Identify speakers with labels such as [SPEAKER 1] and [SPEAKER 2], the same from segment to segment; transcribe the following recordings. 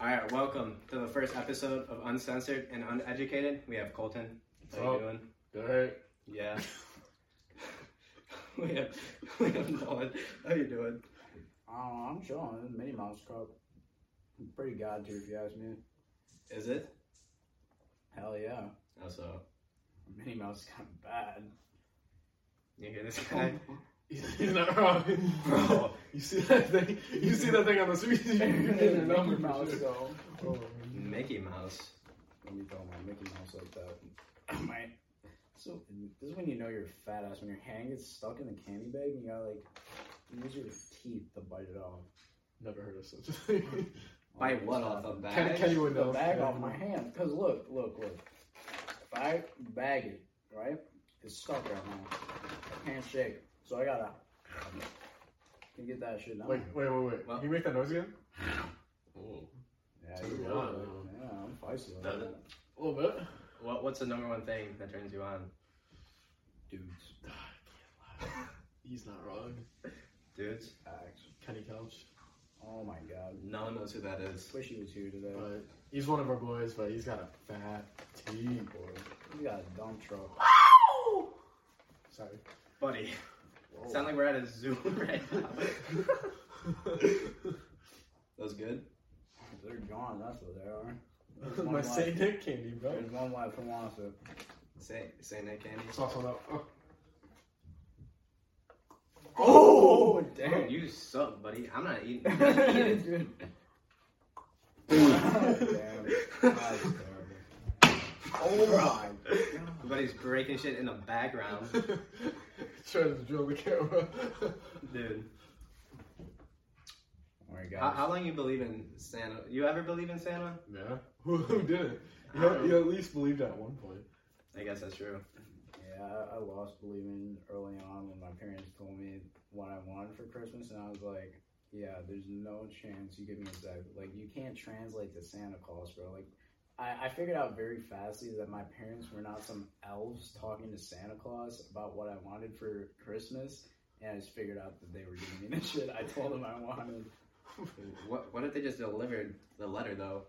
[SPEAKER 1] All right, welcome to the first episode of Uncensored and Uneducated. We have Colton. How you
[SPEAKER 2] What's
[SPEAKER 1] doing?
[SPEAKER 2] Good.
[SPEAKER 1] Yeah. we have we have Nolan. How you doing?
[SPEAKER 3] Oh, I'm chilling. This Minnie Mouse Cup. Pretty god tier, if you ask me.
[SPEAKER 1] Is it? Oh,
[SPEAKER 3] Hell yeah.
[SPEAKER 1] Also,
[SPEAKER 3] Minnie Mouse is kind of bad.
[SPEAKER 1] you hear this guy?
[SPEAKER 2] He's not wrong. Oh.
[SPEAKER 1] Bro.
[SPEAKER 2] You see that thing? You see that thing on the street? You get
[SPEAKER 3] Minnie
[SPEAKER 2] a number for
[SPEAKER 3] Mouse
[SPEAKER 2] sure.
[SPEAKER 3] though.
[SPEAKER 2] Oh,
[SPEAKER 1] Mickey Mouse.
[SPEAKER 3] Let me throw my Mickey Mouse like that. my so this is when you know you're a fat ass when your hand gets stuck in the candy bag and you gotta like use your teeth to bite it off.
[SPEAKER 2] Never heard of such a thing.
[SPEAKER 1] Bite what off a bag?
[SPEAKER 2] Kenny, Kenny would
[SPEAKER 3] the
[SPEAKER 2] know.
[SPEAKER 3] bag
[SPEAKER 2] Kenny
[SPEAKER 3] off
[SPEAKER 2] would
[SPEAKER 3] my
[SPEAKER 2] know.
[SPEAKER 3] hand. Cause look, look, look. If I bag it, right, it's stuck right now. I can't shake. it. So I gotta can get that shit down.
[SPEAKER 2] Wait, wait, wait, wait.
[SPEAKER 1] Well-
[SPEAKER 2] Can you make that noise again? Oh,
[SPEAKER 3] yeah,
[SPEAKER 2] Turn
[SPEAKER 3] you
[SPEAKER 2] it
[SPEAKER 3] know,
[SPEAKER 2] on,
[SPEAKER 3] like,
[SPEAKER 2] huh?
[SPEAKER 3] yeah, I'm feisty. like
[SPEAKER 1] Does
[SPEAKER 3] that.
[SPEAKER 2] a little bit.
[SPEAKER 1] What What's the number one thing that turns you on,
[SPEAKER 3] Dudes,
[SPEAKER 2] He's not wrong.
[SPEAKER 1] dudes?
[SPEAKER 3] facts.
[SPEAKER 2] Kenny Couch.
[SPEAKER 3] Oh my god.
[SPEAKER 1] No one knows who that is.
[SPEAKER 3] Wish he was here today.
[SPEAKER 2] But he's one of our boys, but he's got a fat T boy.
[SPEAKER 3] We got a dump truck.
[SPEAKER 2] Sorry.
[SPEAKER 1] Buddy, sound like we're at a zoo right now. Those good?
[SPEAKER 3] They're gone, that's what they are.
[SPEAKER 2] my Saint Nick candy, bro.
[SPEAKER 3] There's one life who wants it.
[SPEAKER 1] Say Say that candy.
[SPEAKER 2] It's also not. Oh.
[SPEAKER 3] Oh,
[SPEAKER 1] Damn,
[SPEAKER 3] damn. Oh,
[SPEAKER 1] you suck, buddy. I'm not eating. I'm not eating.
[SPEAKER 3] Damn. That's terrible. Oh my god.
[SPEAKER 1] Everybody's breaking shit in the background,
[SPEAKER 2] Trying to drill the camera.
[SPEAKER 1] dude.
[SPEAKER 3] Oh my
[SPEAKER 1] How, how
[SPEAKER 3] god.
[SPEAKER 1] long you believe in Santa? You ever believe in Santa?
[SPEAKER 2] yeah. Who, who did it? You, know, you at least believed at one point.
[SPEAKER 1] I guess that's true.
[SPEAKER 3] Yeah, I- I lost believing early on when my parents told me what I wanted for Christmas, and I was like, yeah, there's no chance you give me exactly. Like, you can't translate to Santa Claus, bro. Like, I, I figured out very fastly that my parents were not some elves talking to Santa Claus about what I wanted for Christmas, and I just figured out that they were giving me the shit I told them I wanted.
[SPEAKER 1] What What if they just delivered the letter though?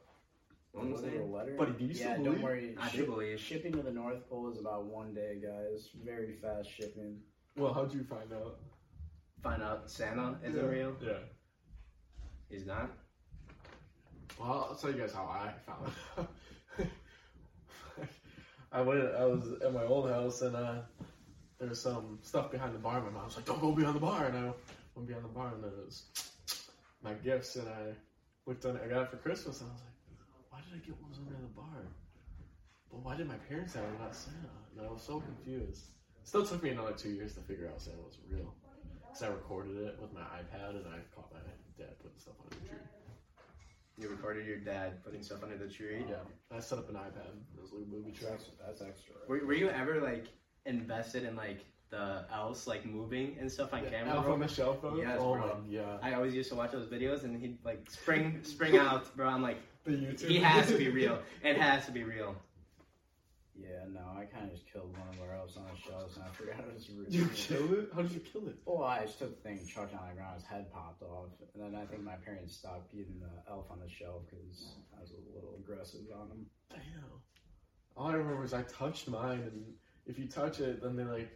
[SPEAKER 1] You know what I'm
[SPEAKER 3] Was it a
[SPEAKER 1] saying?
[SPEAKER 3] letter?
[SPEAKER 2] Buddy, do you still
[SPEAKER 3] yeah,
[SPEAKER 2] believe?
[SPEAKER 3] don't worry.
[SPEAKER 1] I do
[SPEAKER 3] ship-
[SPEAKER 1] believe.
[SPEAKER 3] Shipping to the North Pole is about one day, guys. Very fast shipping.
[SPEAKER 2] Well, how'd you find out?
[SPEAKER 1] Find out Santa isn't
[SPEAKER 2] yeah.
[SPEAKER 1] real.
[SPEAKER 2] Yeah.
[SPEAKER 1] He's not.
[SPEAKER 2] Well, I'll tell you guys how I found out. I went. I was at my old house, and uh, there was some stuff behind the bar. My mom was like, "Don't go behind the bar," and I went behind the bar, and there was my gifts, and I looked on. it. I got it for Christmas, and I was like, "Why did I get ones under the bar?" But why did my parents have it and not Santa? And I was so confused. Still took me another two years to figure out Santa was real, because I recorded it with my iPad, and I caught my dad putting stuff on the tree.
[SPEAKER 1] You recorded your dad putting stuff under the tree.
[SPEAKER 2] Yeah, I set up an iPad. It was like movie tracks.
[SPEAKER 3] That's, that's extra.
[SPEAKER 1] Were, were you ever like invested in like the else like moving and stuff on camera?
[SPEAKER 2] Alpha
[SPEAKER 1] bro?
[SPEAKER 2] Michelle phone.
[SPEAKER 1] Yes,
[SPEAKER 2] oh
[SPEAKER 1] bro.
[SPEAKER 2] my god.
[SPEAKER 1] I always used to watch those videos and he'd like spring spring out, bro. I'm like,
[SPEAKER 2] The YouTube.
[SPEAKER 1] he has to be real. It has to be real.
[SPEAKER 3] Yeah, no, I kind of just killed one of our elves on the shelves, and I forgot it was
[SPEAKER 2] you
[SPEAKER 3] really.
[SPEAKER 2] killed it? How did you kill it?
[SPEAKER 3] Well, I just took the thing, chucked it on the ground, his head popped off, and then I think my parents stopped eating the elf on the shelf because I was a little aggressive on him.
[SPEAKER 2] Damn. All I remember is I touched mine, and if you touch it, then they like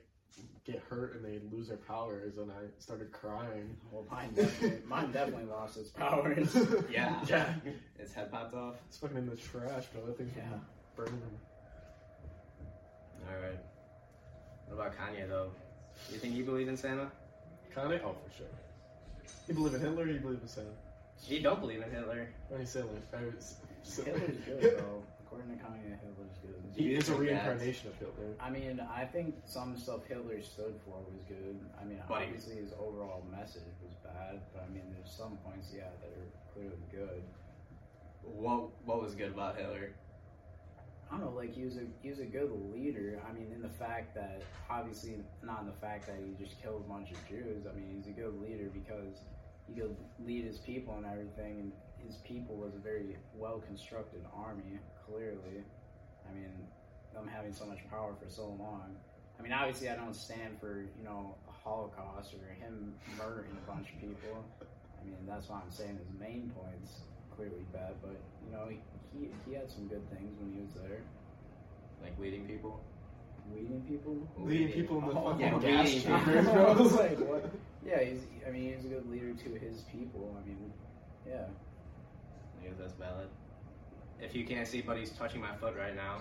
[SPEAKER 2] get hurt and they lose their powers, and I started crying.
[SPEAKER 3] Well, mine definitely, mine definitely lost its powers.
[SPEAKER 1] Yeah.
[SPEAKER 2] Yeah.
[SPEAKER 1] His head popped off.
[SPEAKER 2] It's fucking in the trash, bro. That thing's
[SPEAKER 3] Yeah.
[SPEAKER 2] burning.
[SPEAKER 1] All right. What about Kanye though? You think you believe in Santa?
[SPEAKER 2] Kanye? Oh, for sure. You believe in Hitler? Or you believe in Santa?
[SPEAKER 1] You don't believe in Hitler.
[SPEAKER 2] When you say like, I was, so-
[SPEAKER 3] Hitler's good, though. According to Kanye, Hitler's good.
[SPEAKER 2] He is a
[SPEAKER 1] Yeah.
[SPEAKER 2] reincarnation of Hitler.
[SPEAKER 3] I mean, I think some stuff Hitler stood for was good. I mean,
[SPEAKER 1] Buddy.
[SPEAKER 3] obviously his overall message was bad, but I mean, there's some points, yeah, that are clearly good.
[SPEAKER 1] What What was good about Hitler?
[SPEAKER 3] I don't know, like he was a he was a good leader. I mean, in the fact that obviously not in the fact that he just killed a bunch of Jews. I mean, he's a good leader because he could lead his people and everything, and his people was a very well constructed army. Clearly, I mean, them having so much power for so long. I mean, obviously, I don't stand for you know the Holocaust or him murdering a bunch of people. I mean, that's why I'm saying his main points. clearly bad, but you know he, he he had some good things when he was there,
[SPEAKER 1] Like leading people.
[SPEAKER 3] leading people.
[SPEAKER 2] Leading people in the
[SPEAKER 1] Oh,
[SPEAKER 2] fucking
[SPEAKER 1] yeah,
[SPEAKER 2] gas
[SPEAKER 1] leading
[SPEAKER 2] chambers,
[SPEAKER 3] people.
[SPEAKER 2] bro.
[SPEAKER 3] I was like, what? Yeah, he's. I mean, he was a good leader to his people. I mean, yeah.
[SPEAKER 1] I guess that's valid. If you can't see, buddy's touching my foot right now.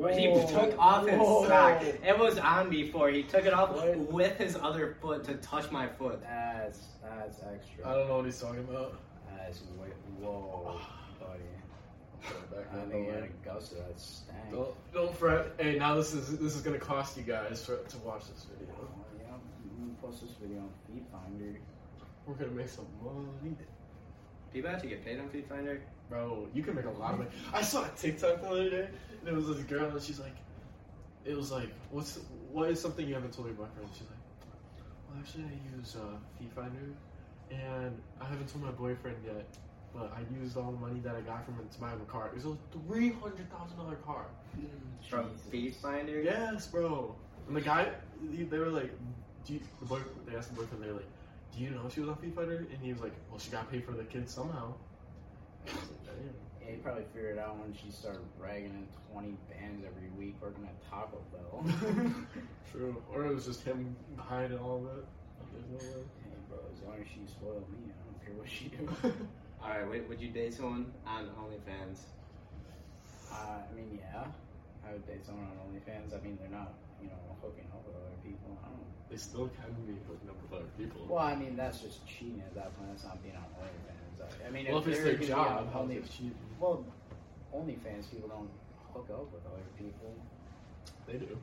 [SPEAKER 1] But he
[SPEAKER 3] Whoa.
[SPEAKER 1] took off his
[SPEAKER 3] Whoa.
[SPEAKER 1] sock. It was on before. He took it off
[SPEAKER 3] What?
[SPEAKER 1] with his other foot to touch my foot.
[SPEAKER 3] That's that's extra.
[SPEAKER 2] I don't know what he's talking about.
[SPEAKER 3] That's way, whoa, buddy.
[SPEAKER 2] Back
[SPEAKER 3] I
[SPEAKER 2] in the
[SPEAKER 3] think he
[SPEAKER 2] way.
[SPEAKER 3] had a gust of that stank.
[SPEAKER 2] Don't, don't fret. Hey, now this is this is gonna cost you guys for, to watch this video.
[SPEAKER 3] Oh, yeah, I'm gonna post this video on Feed Finder.
[SPEAKER 2] We're gonna make some money,
[SPEAKER 1] People actually get paid on Feed Finder.
[SPEAKER 2] bro. You can make a lot of money. I saw a TikTok the other day, and it was this girl, and she's like, it was like, what's what is something you haven't told your boyfriend? She's like, well, actually, I use uh, Fee Finder, and I haven't told my boyfriend yet, but I used all the money that I got from it to buy him a car. It was a three hundred thousand dollar car.
[SPEAKER 1] From Feed Finder.
[SPEAKER 2] Yes, bro. And the guy, they were like, do you, the boy, they asked the boyfriend, they were like, do you know she was on Fee Fighter? And he was like, well, she got paid for the kids somehow. I was like, "Damn."
[SPEAKER 3] Yeah, he probably figured out when she started ragging in 20 bands every week working at Taco Bell.
[SPEAKER 2] True. Or it was just him behind all of it. There's no way.
[SPEAKER 3] hey, bro, as long as she spoiled me, I don't care what she do.
[SPEAKER 1] All right. Wait, would you date someone on OnlyFans?
[SPEAKER 3] Uh, I mean, yeah, I would date someone on OnlyFans. I mean, they're not, you know, hooking up with other people. I don't.
[SPEAKER 2] They still can be hooking up with other people.
[SPEAKER 3] Well, I mean, that's just cheating at that point. That's not being on OnlyFans. I- I mean,
[SPEAKER 2] Well, if it's
[SPEAKER 3] they're
[SPEAKER 2] their
[SPEAKER 3] gonna be
[SPEAKER 2] job,
[SPEAKER 3] on
[SPEAKER 2] how
[SPEAKER 3] Only,
[SPEAKER 2] they cheat.
[SPEAKER 3] well, OnlyFans people don't hook up with other people.
[SPEAKER 2] They do.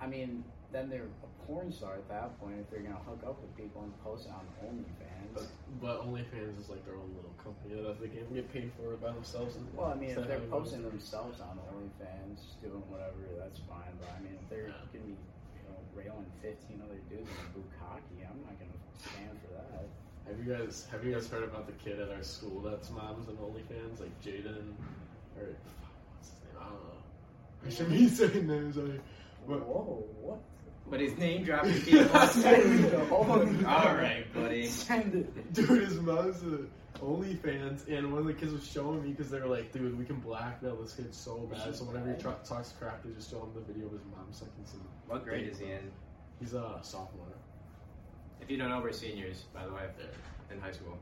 [SPEAKER 3] I mean, then they're a porn star at that point if they're gonna hook up with people and post it on OnlyFans.
[SPEAKER 2] But, but OnlyFans is like their own little company that they can get paid for by themselves. and-
[SPEAKER 3] Well, I mean,
[SPEAKER 2] instead
[SPEAKER 3] if
[SPEAKER 2] of
[SPEAKER 3] they're
[SPEAKER 2] having-
[SPEAKER 3] posting themselves on OnlyFans, doing whatever, that's fine. But I mean, if they're
[SPEAKER 2] Yeah.
[SPEAKER 3] gonna be, you know, railing fifteen other dudes in bukkake, I'm not gonna stand for that.
[SPEAKER 2] Have you guys have you guys heard about the kid at our school that's moms and OnlyFans like Jaden or fuck, what's his name? I don't know. I should be saying names. Like, What?
[SPEAKER 3] Whoa, what?
[SPEAKER 1] But his name dropping people. All right, buddy.
[SPEAKER 3] Send it.
[SPEAKER 2] Dude, his mom's a OnlyFans, and one of the kids was showing me because they were like, "Dude, we can blackmail this kid so bad." So whenever he tra- talks crap, they just show him the video of his mom sucking some.
[SPEAKER 1] What grade is he in?
[SPEAKER 2] He's a sophomore.
[SPEAKER 1] If you don't know, we're seniors, by the way, in high school.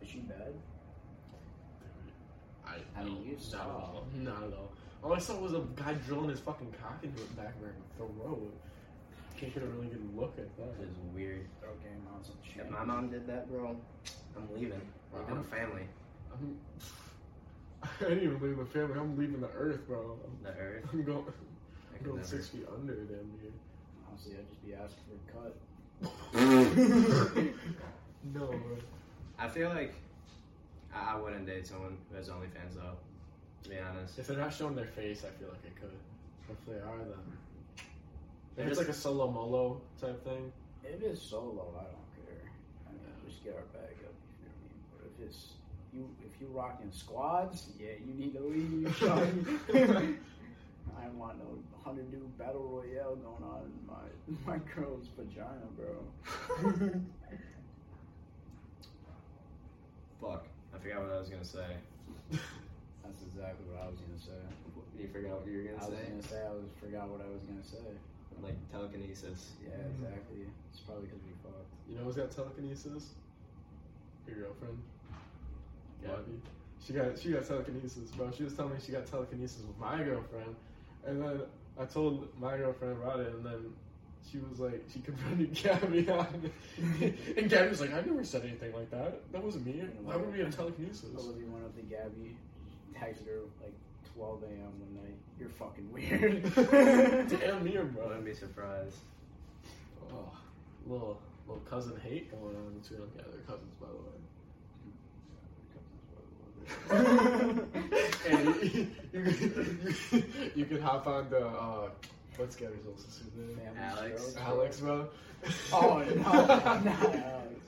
[SPEAKER 3] Is she bad?
[SPEAKER 2] Dude, I,
[SPEAKER 3] I mean, you
[SPEAKER 2] not
[SPEAKER 3] saw.
[SPEAKER 2] at all. Not at all. All I saw was a guy drilling his fucking cock into his back and throw it. Can't get a really good look at that.
[SPEAKER 1] Which is weird.
[SPEAKER 3] Throw game on some shit.
[SPEAKER 1] If my mom did that, bro, I'm leaving. Leaving the family,
[SPEAKER 2] I'm, I didn't even leave the family. I'm leaving the earth, bro. I'm,
[SPEAKER 1] the earth.
[SPEAKER 2] I'm going,
[SPEAKER 1] I
[SPEAKER 2] I'm
[SPEAKER 1] could
[SPEAKER 2] going
[SPEAKER 1] never.
[SPEAKER 2] six feet under, damn near.
[SPEAKER 3] Honestly, I'd just be asking for a cut.
[SPEAKER 2] no, bro.
[SPEAKER 1] I feel like I, I wouldn't date someone who has OnlyFans though. To be honest,
[SPEAKER 2] if they're not showing their face, I feel like I could. If they are, then
[SPEAKER 1] They're
[SPEAKER 2] if it's
[SPEAKER 1] just-
[SPEAKER 2] like a solo molo type thing.
[SPEAKER 3] If it's solo, I don't care. I mean, just get our bag up. You know what I mean? But if it's you, if you rocking squads, yeah, you need to leave. son. I don't want no hundred dude battle royale going on in my my girl's vagina, bro.
[SPEAKER 1] fuck. I forgot what I was gonna say.
[SPEAKER 3] That's exactly what I was gonna say.
[SPEAKER 1] You forgot what you were
[SPEAKER 3] I
[SPEAKER 1] gonna
[SPEAKER 3] was
[SPEAKER 1] say?
[SPEAKER 3] gonna say I was forgot what I was gonna say.
[SPEAKER 1] Like telekinesis.
[SPEAKER 3] Yeah, exactly. It's probably because we fucked.
[SPEAKER 2] You know who's got telekinesis? Your girlfriend.
[SPEAKER 1] Yeah.
[SPEAKER 2] Gabby. She got she got telekinesis, bro. She was telling me she got telekinesis with my girlfriend, and then I told my girlfriend about it, and then she was like, she confronted Gabby on it, and Gabby was like, I never said anything like that. That wasn't me. Why would we have telekinesis?
[SPEAKER 3] Olivia went up to Gabby, texted her like 12 a.m. one night. You're fucking weird.
[SPEAKER 2] Damn near,
[SPEAKER 1] I
[SPEAKER 2] bro.
[SPEAKER 1] wouldn't be surprised.
[SPEAKER 2] Oh, little little cousin hate going on between them. Yeah, they're cousins, by the way. and you, you, you, you can hop on the uh, what's Gary's old sister's name?
[SPEAKER 3] Family
[SPEAKER 1] Alex.
[SPEAKER 3] strokes.
[SPEAKER 2] Alex, bro.
[SPEAKER 3] Oh no, not Alex.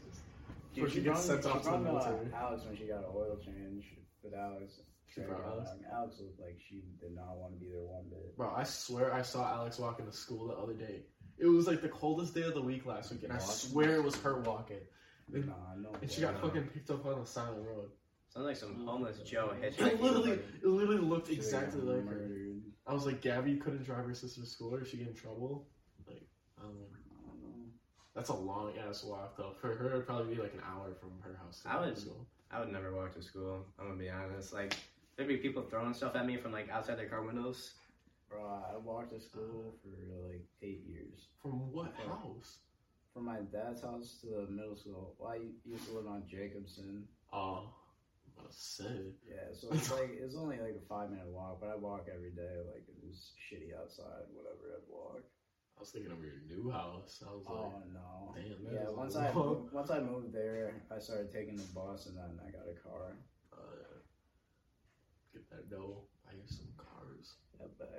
[SPEAKER 2] Or she gets
[SPEAKER 3] brought-
[SPEAKER 2] sent off to the
[SPEAKER 3] she brought, uh,
[SPEAKER 2] military.
[SPEAKER 3] Alex when she got an oil change, but Alex,
[SPEAKER 2] She brought Alex?
[SPEAKER 3] Alex looked like she did not want to be there one bit.
[SPEAKER 2] Bro, I swear I saw Alex walking to school the other day. It was like the coldest day of the week last week, and I
[SPEAKER 3] Walking?
[SPEAKER 2] swear it was her walking.
[SPEAKER 3] Nah, no.
[SPEAKER 2] And she
[SPEAKER 3] way.
[SPEAKER 2] got fucking picked up on the silent road.
[SPEAKER 1] Sounds like some homeless Joe
[SPEAKER 2] I
[SPEAKER 1] hitchhiking.
[SPEAKER 2] literally,
[SPEAKER 1] buddy.
[SPEAKER 2] it literally looked
[SPEAKER 3] Should've
[SPEAKER 2] exactly
[SPEAKER 3] gotten
[SPEAKER 2] like her.
[SPEAKER 3] murdered.
[SPEAKER 2] I was like, Gabby couldn't drive her sister to school, or she get in trouble. Like, I don't know.
[SPEAKER 3] I don't know.
[SPEAKER 2] That's a long ass walk though. For her, it'd probably be like an hour from her house to
[SPEAKER 1] I would-
[SPEAKER 2] school.
[SPEAKER 1] I would never walk to school. I'm gonna be honest. Like there'd be people throwing stuff at me from like outside their car windows.
[SPEAKER 3] Bro, I walked to school for like eight years.
[SPEAKER 2] From what
[SPEAKER 3] Yeah.
[SPEAKER 2] house?
[SPEAKER 3] From my dad's house to the middle school. Well, I used to live on Jacobson.
[SPEAKER 2] Oh, I'm about to say.
[SPEAKER 3] Yeah, so it's like it's only like a five minute walk, but I walk every day. Like it was shitty outside, whatever. I'd walk.
[SPEAKER 2] I was thinking of your new house. I was
[SPEAKER 3] Oh no.
[SPEAKER 2] like, damn. that
[SPEAKER 3] Yeah,
[SPEAKER 2] is
[SPEAKER 3] once
[SPEAKER 2] a
[SPEAKER 3] I
[SPEAKER 2] long-
[SPEAKER 3] moved, once I moved there, I started taking the bus, and then I got a car.
[SPEAKER 2] Uh, get that dough. I hear some cars.
[SPEAKER 3] Yeah, but-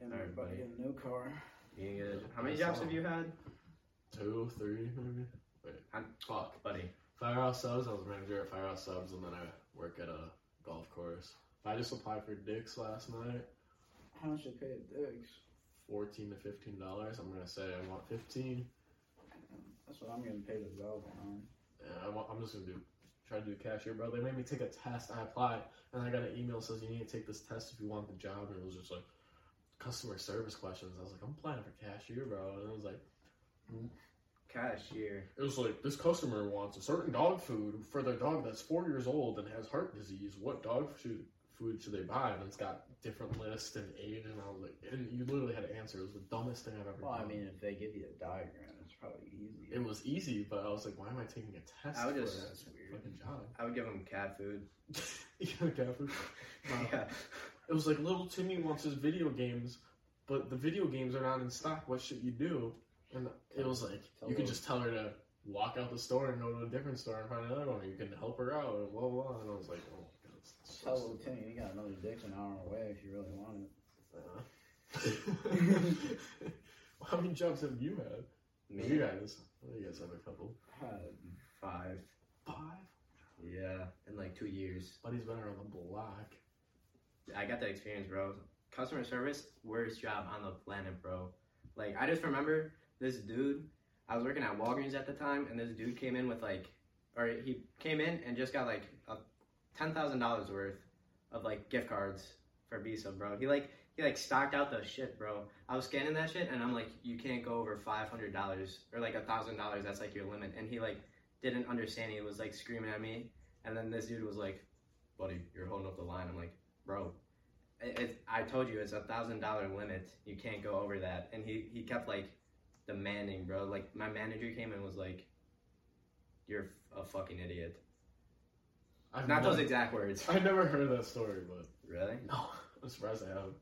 [SPEAKER 3] And
[SPEAKER 1] Alright,
[SPEAKER 3] everybody
[SPEAKER 1] buddy.
[SPEAKER 3] got a new car.
[SPEAKER 1] You good? How many jobs have you had,
[SPEAKER 2] Two, three, maybe. Wait,
[SPEAKER 1] I'm-
[SPEAKER 2] fuck.
[SPEAKER 1] buddy?
[SPEAKER 2] Firehouse Subs. I was a manager at Firehouse Subs, and then I work at a golf course. I just applied for Dick's last night.
[SPEAKER 3] How much did I pay at Dick's?
[SPEAKER 2] Fourteen to fifteen dollars. I'm gonna say I want fifteen.
[SPEAKER 3] That's what I'm getting paid to develop on.
[SPEAKER 2] Yeah, I want, I'm just gonna do try to do cashier, bro. They made me take a test. I applied, and I got an email says you need to take this test if you want the job. And it was just like customer service questions. I was like, I'm applying for cashier, bro. And it was like,
[SPEAKER 1] Cashier.
[SPEAKER 2] it was like this customer wants a certain dog food for their dog that's four years old and has heart disease. What dog food food should they buy? And it's got different lists and age. And I was like, and you literally had to answer. It was the dumbest thing I've ever.
[SPEAKER 3] Well, I
[SPEAKER 2] done.
[SPEAKER 3] mean, if they give you a diagram, it's probably easy.
[SPEAKER 2] it was easy, but I was like, why am I taking a test
[SPEAKER 1] I would
[SPEAKER 2] for
[SPEAKER 1] just-
[SPEAKER 2] that
[SPEAKER 3] That's weird.
[SPEAKER 2] fucking job?
[SPEAKER 1] I would give him cat food.
[SPEAKER 2] you got a cat food? Wow.
[SPEAKER 1] yeah.
[SPEAKER 2] It was like little Timmy wants his video games, but the video games are not in stock. What should you do? And it was like
[SPEAKER 3] Tell
[SPEAKER 2] you could
[SPEAKER 3] her.
[SPEAKER 2] just tell her to walk out the store and go to a different store and find another one. or You can help her out and blah blah. blah. And I was like, oh my god, it's so
[SPEAKER 3] Tell little Timmy you got another Dick's an hour away if you really want it.
[SPEAKER 2] stupid. Uh, How many jobs have you had? You
[SPEAKER 1] Me.
[SPEAKER 2] guys, I think you guys have a couple.
[SPEAKER 3] God,
[SPEAKER 1] Five.
[SPEAKER 2] Five.
[SPEAKER 1] Yeah. In like two years.
[SPEAKER 2] Buddy's been around the block.
[SPEAKER 1] I got that experience, bro. Customer service, worst job on the planet, bro. Like I just remember this dude. I was working at Walgreens at the time, and this dude came in with like, or he came in and just got like a ten thousand dollars worth of like gift cards for Visa, bro. He like he like stocked out the shit, bro. I was scanning that shit, and I'm like, you can't go over five hundred dollars or like a thousand dollars. That's like your limit. And he like didn't understand. He was like screaming at me, and then this dude was like, "Buddy, you're holding up the line." I'm like, "Bro, it, it, I told you it's a thousand dollar limit. You can't go over that. And he, he kept like demanding, bro. Like my manager came and was like, "You're a fucking idiot."
[SPEAKER 2] I've
[SPEAKER 1] Not
[SPEAKER 2] never,
[SPEAKER 1] those exact words.
[SPEAKER 2] I never heard that story, but
[SPEAKER 1] Really?
[SPEAKER 2] No, I'm surprised I haven't.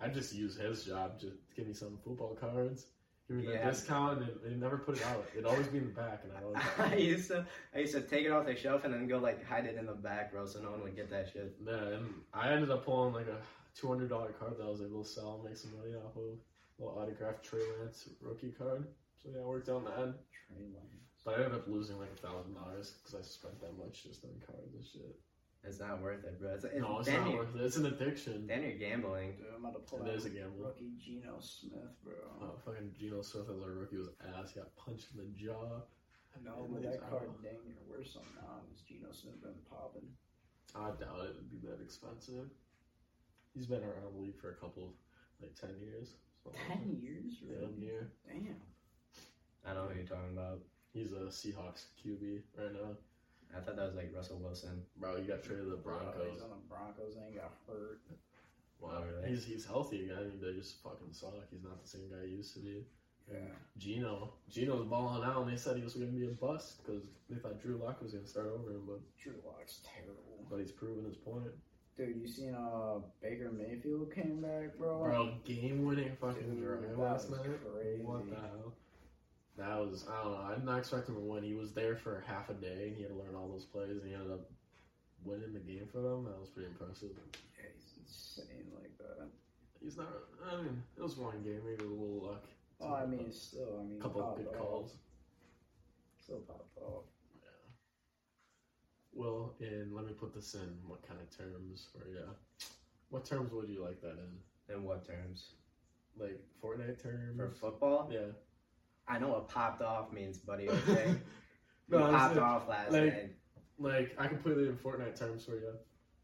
[SPEAKER 2] I just use his job. Just give me some football cards. Give me the
[SPEAKER 1] Yeah.
[SPEAKER 2] discount, and it, it never put it out. It'd always be in the back, and I
[SPEAKER 1] I
[SPEAKER 2] always.
[SPEAKER 1] used to I used to take it off the shelf and then go like hide it in the back, bro, so no one would get that shit.
[SPEAKER 2] yeah, and I ended up pulling like a two hundred dollar card that I was able to sell, and make some money off of. Little autographed Trey Lance rookie card. So yeah, I worked on that,
[SPEAKER 3] Trey Lance.
[SPEAKER 2] but I ended up losing like a thousand dollars because I spent that much just on cards and shit.
[SPEAKER 1] It's not worth it, bro. It's, it's,
[SPEAKER 2] no, it's
[SPEAKER 1] then,
[SPEAKER 2] not
[SPEAKER 1] you're,
[SPEAKER 2] worth it. It's an addiction.
[SPEAKER 1] then you're gambling.
[SPEAKER 3] Dude, I'm about to pull
[SPEAKER 2] It
[SPEAKER 3] out
[SPEAKER 2] is a gamble.
[SPEAKER 3] rookie Geno Smith, bro.
[SPEAKER 2] Oh, fucking Geno Smith as a rookie was ass. He got punched in the jaw.
[SPEAKER 3] no, but that card dang near worth something now because Geno Smith been popping.
[SPEAKER 2] I doubt it would be that expensive. He's been around the league for a couple, like ten years. So
[SPEAKER 3] Ten years,
[SPEAKER 2] Damn
[SPEAKER 3] really?
[SPEAKER 2] near.
[SPEAKER 3] Damn.
[SPEAKER 1] I don't know who you're talking about.
[SPEAKER 2] He's a Seahawks QB right now.
[SPEAKER 1] I thought that was like Russell Wilson.
[SPEAKER 2] Bro, you got traded to the
[SPEAKER 3] Bro,
[SPEAKER 2] Broncos.
[SPEAKER 3] he's on the Broncos and he got hurt.
[SPEAKER 1] Oh,
[SPEAKER 2] Wow,
[SPEAKER 1] really?
[SPEAKER 2] he's he's healthy again. They just fucking suck. He's not the same guy he used to be.
[SPEAKER 3] Yeah.
[SPEAKER 2] Gino, Gino's balling out, and they said he was gonna be a bust because they thought Drew Lock was gonna start over him, but
[SPEAKER 3] Drew Lock's terrible.
[SPEAKER 2] but he's proven his point.
[SPEAKER 3] Dude, you seen uh Baker Mayfield came back, bro?
[SPEAKER 2] Bro, game winning fucking
[SPEAKER 3] Dude,
[SPEAKER 2] drive
[SPEAKER 3] that
[SPEAKER 2] last
[SPEAKER 3] was
[SPEAKER 2] night.
[SPEAKER 3] crazy.
[SPEAKER 2] What the hell? That was I don't know. I did not expect him to win. He was there for half a day and he had to learn all those plays and he ended up winning the game for them. That was pretty impressive.
[SPEAKER 3] Yeah, he's insane like that.
[SPEAKER 2] He's not. I mean, it was one game. Maybe a little luck.
[SPEAKER 3] Oh, I mean, still, I mean,
[SPEAKER 2] a couple of
[SPEAKER 3] popped
[SPEAKER 2] good
[SPEAKER 3] off.
[SPEAKER 2] calls.
[SPEAKER 3] Still popped off.
[SPEAKER 2] Well, and let me put this in. What kind of terms? Or yeah, what terms would you like that in?
[SPEAKER 1] In what terms?
[SPEAKER 2] Like Fortnite terms?
[SPEAKER 1] For football?
[SPEAKER 2] yeah.
[SPEAKER 1] I know what popped off means, buddy, okay?
[SPEAKER 2] no,
[SPEAKER 1] You
[SPEAKER 2] I'm
[SPEAKER 1] popped
[SPEAKER 2] saying-
[SPEAKER 1] off last
[SPEAKER 2] like-
[SPEAKER 1] night.
[SPEAKER 2] Like I can put it in Fortnite terms for you.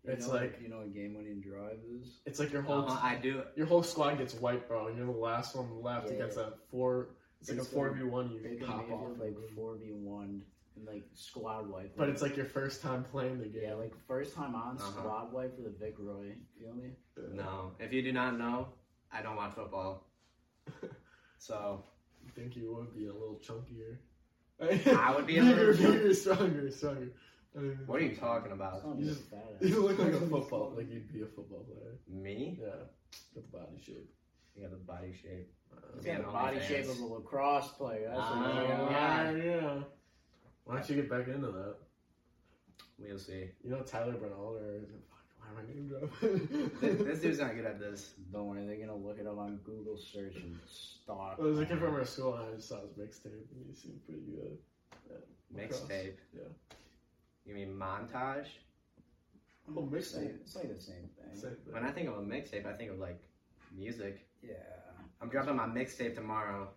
[SPEAKER 3] You
[SPEAKER 2] It's
[SPEAKER 3] know,
[SPEAKER 2] like-
[SPEAKER 3] you know what game winning drive is.
[SPEAKER 2] It's like your whole
[SPEAKER 1] Uh-huh, I do.
[SPEAKER 2] your whole squad gets wiped, bro, and you're the last one left
[SPEAKER 3] Yeah.
[SPEAKER 2] against that four. It's like a
[SPEAKER 3] It's
[SPEAKER 2] four v one.
[SPEAKER 3] They're
[SPEAKER 2] You
[SPEAKER 3] gonna
[SPEAKER 2] pop
[SPEAKER 3] make
[SPEAKER 2] off,
[SPEAKER 3] it like four v one and like squad wipe.
[SPEAKER 2] but it's like your first time playing the game.
[SPEAKER 3] yeah, like first time on
[SPEAKER 1] Uh-huh.
[SPEAKER 3] squad wipe for the Vic Roy. Feel me?
[SPEAKER 1] No, if you do not know, I don't watch football. So
[SPEAKER 2] I think you would be a little chunkier.
[SPEAKER 1] I would be a
[SPEAKER 2] bigger,
[SPEAKER 1] little
[SPEAKER 2] bigger, stronger, stronger. I mean,
[SPEAKER 1] what are you talking about?
[SPEAKER 3] Son
[SPEAKER 2] You
[SPEAKER 3] of a
[SPEAKER 2] just-
[SPEAKER 3] fat ass.
[SPEAKER 2] You look like a football. Like you'd be a football player.
[SPEAKER 1] Me?
[SPEAKER 2] Yeah, got the body shape. Um,
[SPEAKER 1] You got the body shape.
[SPEAKER 3] He's
[SPEAKER 1] Yeah,
[SPEAKER 3] got the body
[SPEAKER 1] OnlyFans.
[SPEAKER 3] shape of a lacrosse player. That's what
[SPEAKER 1] Ah,
[SPEAKER 3] I
[SPEAKER 2] yeah,
[SPEAKER 3] got.
[SPEAKER 2] yeah. Why don't you get back into that?
[SPEAKER 1] We'll see.
[SPEAKER 2] You know Tyler Bernal or fuck, why am I name
[SPEAKER 1] Th-
[SPEAKER 2] dropping?
[SPEAKER 1] This dude's not good at this.
[SPEAKER 3] Don't worry, they're gonna look it up on Google search and stalk.
[SPEAKER 2] Well, there's a kid from our school and I just saw his mixtape and he seemed pretty good.
[SPEAKER 1] Mixtape.
[SPEAKER 2] Yeah.
[SPEAKER 1] You mean montage?
[SPEAKER 2] Oh, mixtape.
[SPEAKER 3] Same- It's like the same thing.
[SPEAKER 2] Same
[SPEAKER 1] When I think of a mixtape, I think of like music.
[SPEAKER 3] Yeah.
[SPEAKER 1] I'm dropping my mixtape tomorrow.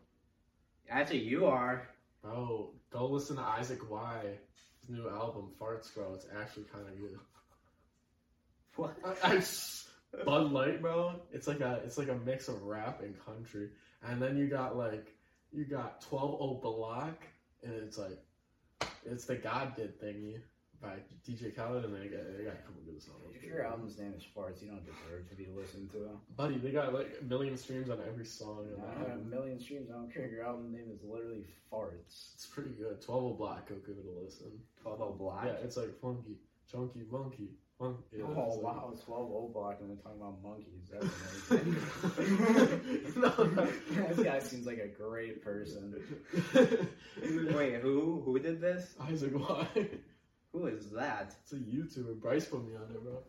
[SPEAKER 1] Actually, you are.
[SPEAKER 2] Bro, go Oh, listen to Isaac Y. His new album, Farts, bro. It's actually kind of good.
[SPEAKER 1] What?
[SPEAKER 2] I, I s- Bud Light, bro. It's like a it's like a mix of rap and country, and then you got like you got Twelve O Block, and it's like it's the God Did thingy by DJ Khaled, and they got, they got a couple good songs.
[SPEAKER 3] If your album's name is Farts, you don't deserve to be listened to.
[SPEAKER 2] buddy, they got like a million streams on every song. on that
[SPEAKER 3] I have a
[SPEAKER 2] album.
[SPEAKER 3] million streams. I don't care. Your album name is literally Farts.
[SPEAKER 2] It's pretty good. Twelve O Block, go give it a listen.
[SPEAKER 1] 12 o'clock.
[SPEAKER 2] Yeah, it's like funky, chunky, monkey, funky. Yeah,
[SPEAKER 3] oh
[SPEAKER 2] it's like-
[SPEAKER 3] wow, twelve O block, and we're talking about monkeys. That's amazing. this guy
[SPEAKER 2] Isaac
[SPEAKER 3] seems like a great person.
[SPEAKER 1] Wait, who? Who did this?
[SPEAKER 2] Y.
[SPEAKER 1] Who is that?
[SPEAKER 2] It's a YouTuber. Bryce put me on it, bro.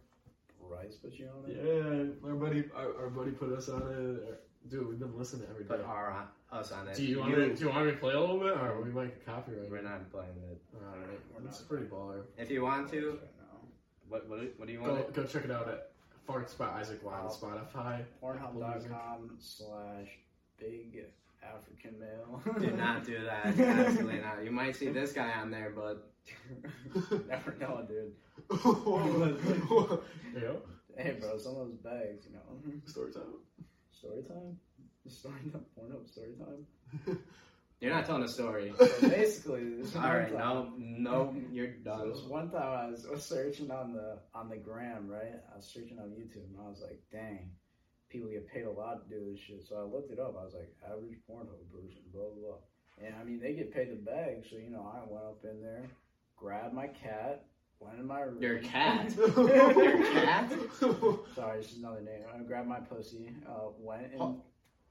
[SPEAKER 3] Bryce, but you know
[SPEAKER 2] Yeah, our buddy, our, our buddy put us on it. Dude, we've been listening every
[SPEAKER 1] Put
[SPEAKER 2] day.
[SPEAKER 1] our on, us on it.
[SPEAKER 2] Do you want me? Do you want me to play a little bit, or we might get copyright?
[SPEAKER 1] We're not playing it.
[SPEAKER 2] All right,
[SPEAKER 3] We're not.
[SPEAKER 2] it's pretty baller.
[SPEAKER 1] If you want to,
[SPEAKER 3] Right now.
[SPEAKER 1] what what, what do you want?
[SPEAKER 2] Go, go check it out at Farts by Isaac Y on Spotify.
[SPEAKER 3] Pornhub.com slash big African male.
[SPEAKER 1] Do not do that. Absolutely not. You might see this guy on there, but
[SPEAKER 3] Never know, dude.
[SPEAKER 2] yeah,
[SPEAKER 3] Hey, bro, some of those bags, you
[SPEAKER 1] Mm-hmm.
[SPEAKER 3] know.
[SPEAKER 2] story time.
[SPEAKER 3] Story time? Story time? Pornhub story time?
[SPEAKER 1] you're not telling a story.
[SPEAKER 3] So basically, this
[SPEAKER 1] All
[SPEAKER 3] one
[SPEAKER 1] right,
[SPEAKER 3] time-
[SPEAKER 1] no, no, you're
[SPEAKER 3] So
[SPEAKER 1] done.
[SPEAKER 3] this one time I was, was searching on the on the gram, right? I was searching on YouTube, and I was like, "Dang, people get paid a lot to do this shit." So I looked it up. I was like, "Average Pornhub person, blah blah." blah. And I mean, they get paid the bag, so you know, I went up in there, grabbed my cat, went in my room.
[SPEAKER 1] Your cat?
[SPEAKER 3] Your
[SPEAKER 1] cat?
[SPEAKER 3] Sorry, it's just another name. I grabbed my pussy, uh, went and
[SPEAKER 2] Oh.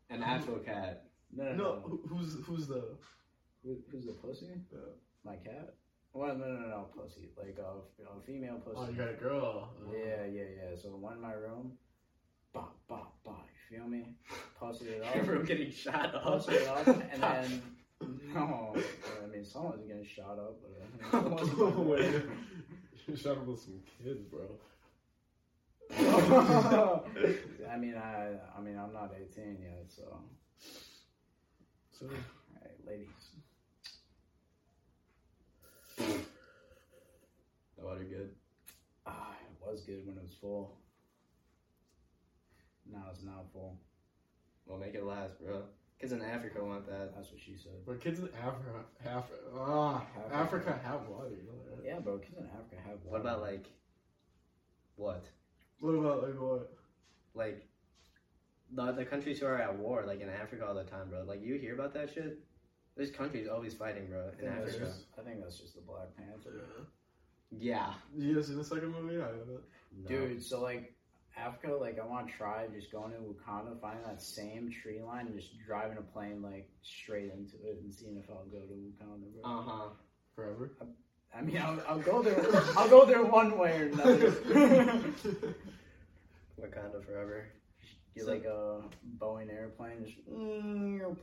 [SPEAKER 1] An actual cat.
[SPEAKER 3] no, no, no.
[SPEAKER 2] No, who- who's who's the?
[SPEAKER 3] Who, who's the pussy?
[SPEAKER 2] Yeah.
[SPEAKER 3] My cat? Well, no, no, no, no, pussy. Like a uh, female pussy.
[SPEAKER 2] Oh, you got a girl.
[SPEAKER 3] Yeah, yeah, yeah. So one in my room, bop, bop, bop. You feel me? Posted it
[SPEAKER 1] Your
[SPEAKER 3] up.
[SPEAKER 1] room getting shot up.
[SPEAKER 3] Posted it up, and then no. I mean, someone's getting shot up. But, I mean, it wasn't my
[SPEAKER 2] Wait,
[SPEAKER 3] bad.
[SPEAKER 2] you shot up with some kids, bro.
[SPEAKER 3] I mean, I, I mean, I'm not 18 yet, so all
[SPEAKER 2] So,
[SPEAKER 3] right, ladies.
[SPEAKER 1] The water good.
[SPEAKER 3] Ah, it was good when it was full. Now it's not full.
[SPEAKER 1] Well, make it last, bro. Kids in Africa want that.
[SPEAKER 3] That's what she said.
[SPEAKER 2] but kids in Africa, Africa, ah,
[SPEAKER 3] Africa.
[SPEAKER 2] Africa have water. You know that?
[SPEAKER 3] Yeah, bro. Kids in Africa have.
[SPEAKER 1] What
[SPEAKER 3] water.
[SPEAKER 1] about like, what?
[SPEAKER 2] What about like what?
[SPEAKER 1] Like, the the countries who are at war, like in Africa all the time, bro. Like you hear about that shit. There's countries always fighting, bro,
[SPEAKER 3] I
[SPEAKER 1] in
[SPEAKER 3] think, that's
[SPEAKER 1] Africa.
[SPEAKER 3] just, I think that's just the Black Panther.
[SPEAKER 1] Yeah.
[SPEAKER 2] You guys seen the second movie? I haven't.
[SPEAKER 1] No.
[SPEAKER 3] Dude, so like Africa, like I want to try just going to Wakanda, finding that same tree line, and just driving a plane like straight into it and seeing if I'll go to Wakanda.
[SPEAKER 2] Um,
[SPEAKER 3] Bro.
[SPEAKER 1] Uh huh.
[SPEAKER 2] Forever.
[SPEAKER 3] I mean, I'll, I'll go there. I'll go there one way or another.
[SPEAKER 1] Wakanda forever.
[SPEAKER 3] Get like a Boeing airplane, just right in the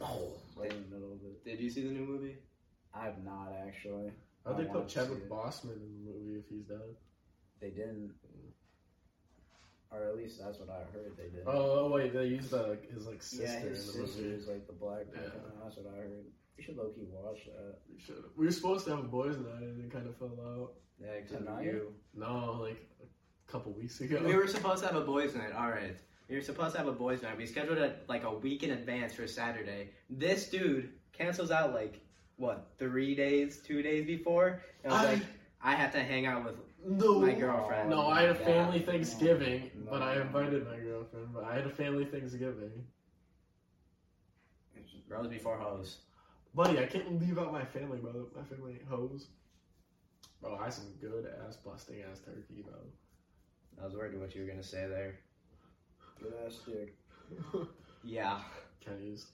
[SPEAKER 3] middle of it.
[SPEAKER 1] Did you see the new movie?
[SPEAKER 3] I have not actually.
[SPEAKER 2] I think they'll
[SPEAKER 3] I wanna see
[SPEAKER 2] Chadwick
[SPEAKER 3] it.
[SPEAKER 2] Bossman in the movie if he's dead.
[SPEAKER 3] They didn't, or at least that's what I heard. They did.
[SPEAKER 2] Oh wait, they used uh, his like sister
[SPEAKER 3] yeah, his
[SPEAKER 2] in the
[SPEAKER 3] sister
[SPEAKER 2] movie.
[SPEAKER 3] is like the black.
[SPEAKER 2] Yeah.
[SPEAKER 3] Panther. That's what I heard. We should low key watch that.
[SPEAKER 2] We should. We were supposed to have a boys' night and it kind of fell out.
[SPEAKER 1] Yeah, except
[SPEAKER 3] Tonight?
[SPEAKER 1] you.
[SPEAKER 2] No, like a couple weeks ago.
[SPEAKER 1] We were supposed to have a boys' night. All right. We were supposed to have a boys' night. We scheduled it like a week in advance for Saturday. This dude cancels out like what three days, two days before. And I was
[SPEAKER 2] I-
[SPEAKER 1] like, I have to hang out with.
[SPEAKER 2] no,
[SPEAKER 1] My girlfriend.
[SPEAKER 2] No, I had a
[SPEAKER 3] Yeah.
[SPEAKER 2] family Thanksgiving,
[SPEAKER 3] No.
[SPEAKER 2] but I invited my girlfriend. But I had a family Thanksgiving,
[SPEAKER 1] Rose before hose.
[SPEAKER 2] buddy. I can't leave out my family, brother. My family hoes. Bro, I had some good ass busting ass turkey
[SPEAKER 1] I was worried what you were gonna say there.
[SPEAKER 3] Good ass dick.
[SPEAKER 2] though.
[SPEAKER 1] Yeah,
[SPEAKER 2] Kenny's.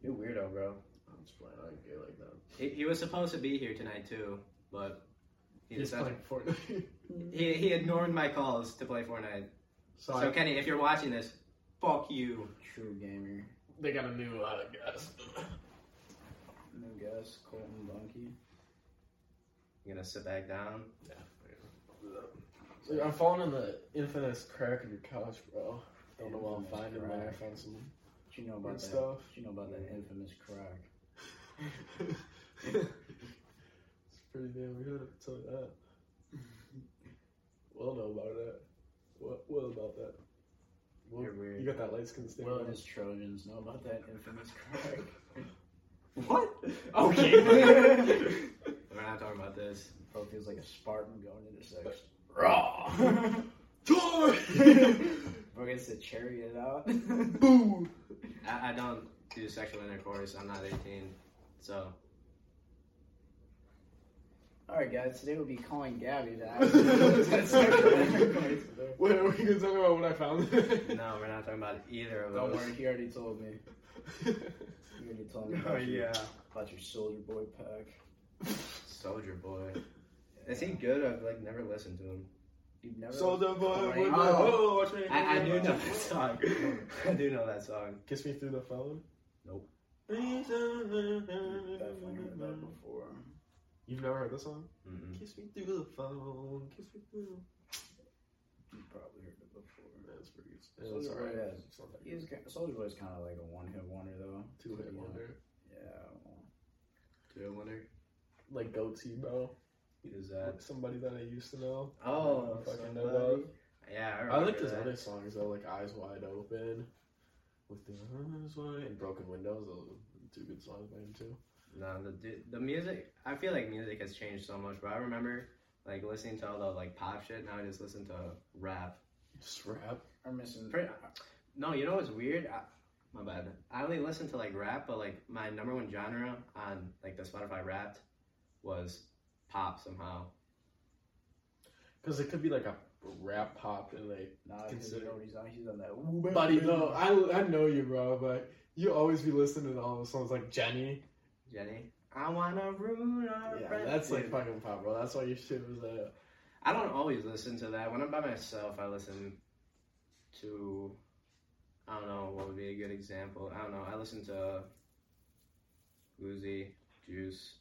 [SPEAKER 1] you weirdo, bro.
[SPEAKER 2] I'm just playing. I get like that.
[SPEAKER 1] He, he was supposed to be here tonight too, but he
[SPEAKER 2] He's
[SPEAKER 1] decided
[SPEAKER 2] playing Fortnite.
[SPEAKER 1] he, he ignored my calls to play Fortnite.
[SPEAKER 2] so
[SPEAKER 1] so
[SPEAKER 2] I,
[SPEAKER 1] Kenny, if you're watching this, fuck you.
[SPEAKER 3] True gamer.
[SPEAKER 2] they got a new uh, guest.
[SPEAKER 3] New guest, Colton Bunky.
[SPEAKER 1] You gonna sit back down?
[SPEAKER 2] Dude, I'm falling in the infamous crack of your couch, bro. Don't know what I'm
[SPEAKER 3] Infamous
[SPEAKER 2] finding when I
[SPEAKER 3] crack.
[SPEAKER 2] find some
[SPEAKER 3] What you know
[SPEAKER 2] good
[SPEAKER 3] about that?
[SPEAKER 2] stuff.
[SPEAKER 3] What you know about that infamous crack?
[SPEAKER 2] it's pretty damn good. I tell you that. We'll know about that. What? Well about that. Well,
[SPEAKER 1] You're weird.
[SPEAKER 2] You got that light skin stain.
[SPEAKER 3] Well,
[SPEAKER 2] on.
[SPEAKER 3] his Trojans know about that infamous crack.
[SPEAKER 1] What?
[SPEAKER 2] Okay.
[SPEAKER 1] We're not talking about this.
[SPEAKER 3] Bro feels like a Spartan going into sex.
[SPEAKER 2] Raw. Joy.
[SPEAKER 3] Bro gets to chariot out.
[SPEAKER 2] Boo.
[SPEAKER 1] I, I don't do sexual intercourse. I'm not 18, so
[SPEAKER 3] Alright guys, today we'll be calling Gabby to ask her-
[SPEAKER 2] Wait, are we gonna talk about what I found?
[SPEAKER 1] no, we're not talking about either of
[SPEAKER 3] Don't
[SPEAKER 1] those.
[SPEAKER 3] worry, he already told me. He already told me
[SPEAKER 1] Oh,
[SPEAKER 2] Oh,
[SPEAKER 3] about, your, about your soldier boy pack.
[SPEAKER 1] Soldier Boy. Is he good? I've like never listened to him.
[SPEAKER 3] You've never
[SPEAKER 2] Soldier boy,
[SPEAKER 3] Wait,
[SPEAKER 2] with the-
[SPEAKER 3] oh.
[SPEAKER 2] oh, watch me.
[SPEAKER 1] I, I do know that song. I do know that song.
[SPEAKER 2] Kiss me through the phone.
[SPEAKER 1] Nope.
[SPEAKER 3] You've definitely heard that before.
[SPEAKER 2] You've never heard this song?
[SPEAKER 1] Mm-mm.
[SPEAKER 2] Kiss me through the phone. Kiss me through.
[SPEAKER 3] You've probably heard it before.
[SPEAKER 2] That's pretty good.
[SPEAKER 3] Soldier
[SPEAKER 2] It's
[SPEAKER 3] Boy
[SPEAKER 2] alright.
[SPEAKER 3] has-
[SPEAKER 2] It's not that
[SPEAKER 3] He's
[SPEAKER 2] good.
[SPEAKER 3] Soldier Boy's kinda like a one hit wonder though.
[SPEAKER 2] Two hit
[SPEAKER 3] Yeah.
[SPEAKER 2] wonder.
[SPEAKER 3] Yeah. well,
[SPEAKER 1] Do you wonder
[SPEAKER 2] Like goatee, bro.
[SPEAKER 1] who's that?
[SPEAKER 2] Like somebody that I used to know.
[SPEAKER 1] Oh,
[SPEAKER 2] I fucking know
[SPEAKER 1] somebody.
[SPEAKER 2] about.
[SPEAKER 1] Yeah, I,
[SPEAKER 2] I
[SPEAKER 1] remember
[SPEAKER 2] like his
[SPEAKER 1] that.
[SPEAKER 2] other songs though, like Eyes Wide Open, with the eyes wide and Broken Windows. Those are two good songs by him too.
[SPEAKER 1] No, the du- the music. I feel like music has changed so much, but I remember like listening to all the like pop shit. Now I just listen to rap.
[SPEAKER 2] Just rap.
[SPEAKER 3] I'm missing
[SPEAKER 1] Pretty- No, you know what's weird? I, my bad. I only listen to like rap, but like my number one genre on like the Spotify Wrapped was pop somehow.
[SPEAKER 2] Because it could be like a rap pop and like
[SPEAKER 3] Nah, because you
[SPEAKER 2] Consider-
[SPEAKER 3] know what he's on. He's on that.
[SPEAKER 2] Buddy, no, I, I know you, bro, but you always be listening to all those songs like Jenny.
[SPEAKER 1] Jenny, I wanna ruin our
[SPEAKER 2] Yeah,
[SPEAKER 1] friendship.
[SPEAKER 2] that's like fucking pop, bro. That's why your shit was that.
[SPEAKER 1] I don't always listen to that. When I'm by myself, I listen to. I don't know what would be a good example. I don't know. I listen to Uzi, Juice.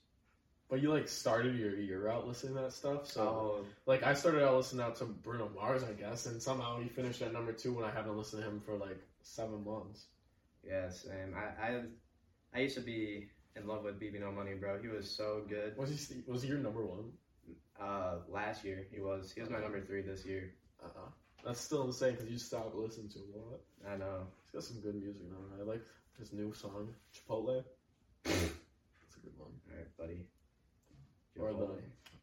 [SPEAKER 2] But you like started your year out listening to that stuff, so
[SPEAKER 1] So
[SPEAKER 2] like I started out listening out to Bruno Mars, I guess, and somehow he finished at number two when I haven't listened to him for like seven months.
[SPEAKER 1] yeah, same. I I, I used to be in love with BB No Money, bro. He was so good.
[SPEAKER 2] Was he st- was he your number one?
[SPEAKER 1] Uh, last year he was. He was my number three this year.
[SPEAKER 2] Uh uh That's still insane because you stopped listening to him a lot.
[SPEAKER 1] I know.
[SPEAKER 2] He's got some good music now. I like his new song Chipotle. That's a good one.
[SPEAKER 1] All right, buddy.
[SPEAKER 2] Or the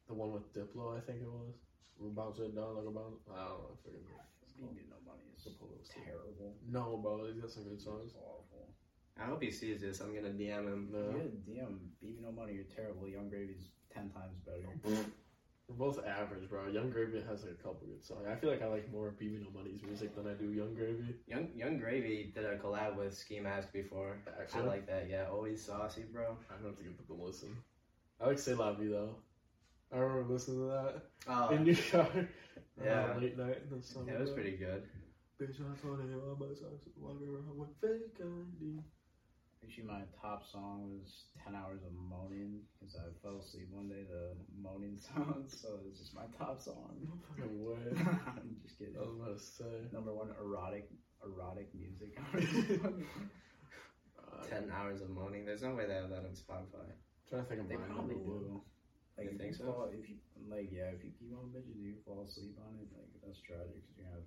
[SPEAKER 2] the one with Diplo, I think it was. We're bouncing it down like a bounce. I don't know. I forget.
[SPEAKER 3] Being no money is
[SPEAKER 2] Suppose.
[SPEAKER 3] terrible.
[SPEAKER 2] No, bro, he's got some good
[SPEAKER 3] It's
[SPEAKER 2] songs.
[SPEAKER 3] awful.
[SPEAKER 1] I hope he sees this. I'm gonna DM him.
[SPEAKER 2] No,
[SPEAKER 3] Yeah, damn. Being no money, you're terrible. Young Gravy's ten times better.
[SPEAKER 2] we're both average, bro. Young Gravy has like a couple good songs. I feel like I like more BB No Money's music than I do Young Gravy.
[SPEAKER 1] Young Young Gravy did a collab with Ski Mask before. I
[SPEAKER 2] Actually, I,
[SPEAKER 1] like that. Yeah, always saucy, bro.
[SPEAKER 2] don't think people listen. I like Say La Vie though. I remember listening to that
[SPEAKER 1] Oh,
[SPEAKER 2] in your car.
[SPEAKER 1] Yeah.
[SPEAKER 2] Uh, late night. And stuff
[SPEAKER 1] it was pretty good.
[SPEAKER 2] Bitch, I told him all my songs. Walking around with fake ID.
[SPEAKER 3] Actually, my top song was 10 Hours of Moaning because I fell asleep one day to moaning sounds, so it's just my top song.
[SPEAKER 2] Fucking way.
[SPEAKER 3] I'm just kidding.
[SPEAKER 2] I was about to say.
[SPEAKER 3] Number one, erotic erotic music.
[SPEAKER 2] God.
[SPEAKER 1] ten hours of moaning. There's no way they have that on Spotify.
[SPEAKER 2] trying to think of
[SPEAKER 3] They
[SPEAKER 2] mine.
[SPEAKER 3] probably do. Like
[SPEAKER 1] You
[SPEAKER 3] if
[SPEAKER 1] think
[SPEAKER 3] you
[SPEAKER 1] so?
[SPEAKER 3] fall, if you like, yeah, if you keep on bitches, you fall asleep on it. Like that's tragic because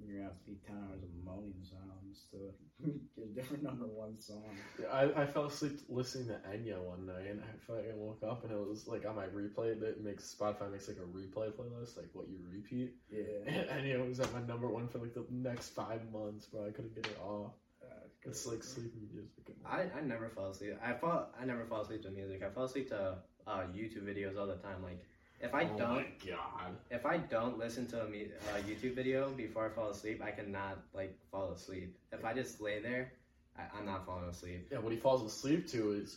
[SPEAKER 3] you're gonna have, you're gonna have to be ten hours of moaning sounds to get a different number one song.
[SPEAKER 2] Yeah, I, I fell asleep listening to Enya one night, and I felt like I woke up and it was like on my replay that makes Spotify makes like a replay playlist, like what you repeat.
[SPEAKER 3] Yeah,
[SPEAKER 2] And Enya was at my number one for like the next five months, bro. I couldn't get it off.
[SPEAKER 3] uh,
[SPEAKER 2] It's like sleeping music.
[SPEAKER 1] I, I never fall asleep. I fall I never fall asleep to music. I fall asleep to uh, YouTube videos all the time. Like if I
[SPEAKER 2] oh
[SPEAKER 1] don't
[SPEAKER 2] my god.
[SPEAKER 1] if I don't listen to a mu- uh, YouTube video before I fall asleep, I cannot like fall asleep. If I just lay there, I, I'm not falling asleep.
[SPEAKER 2] Yeah, what he falls asleep to is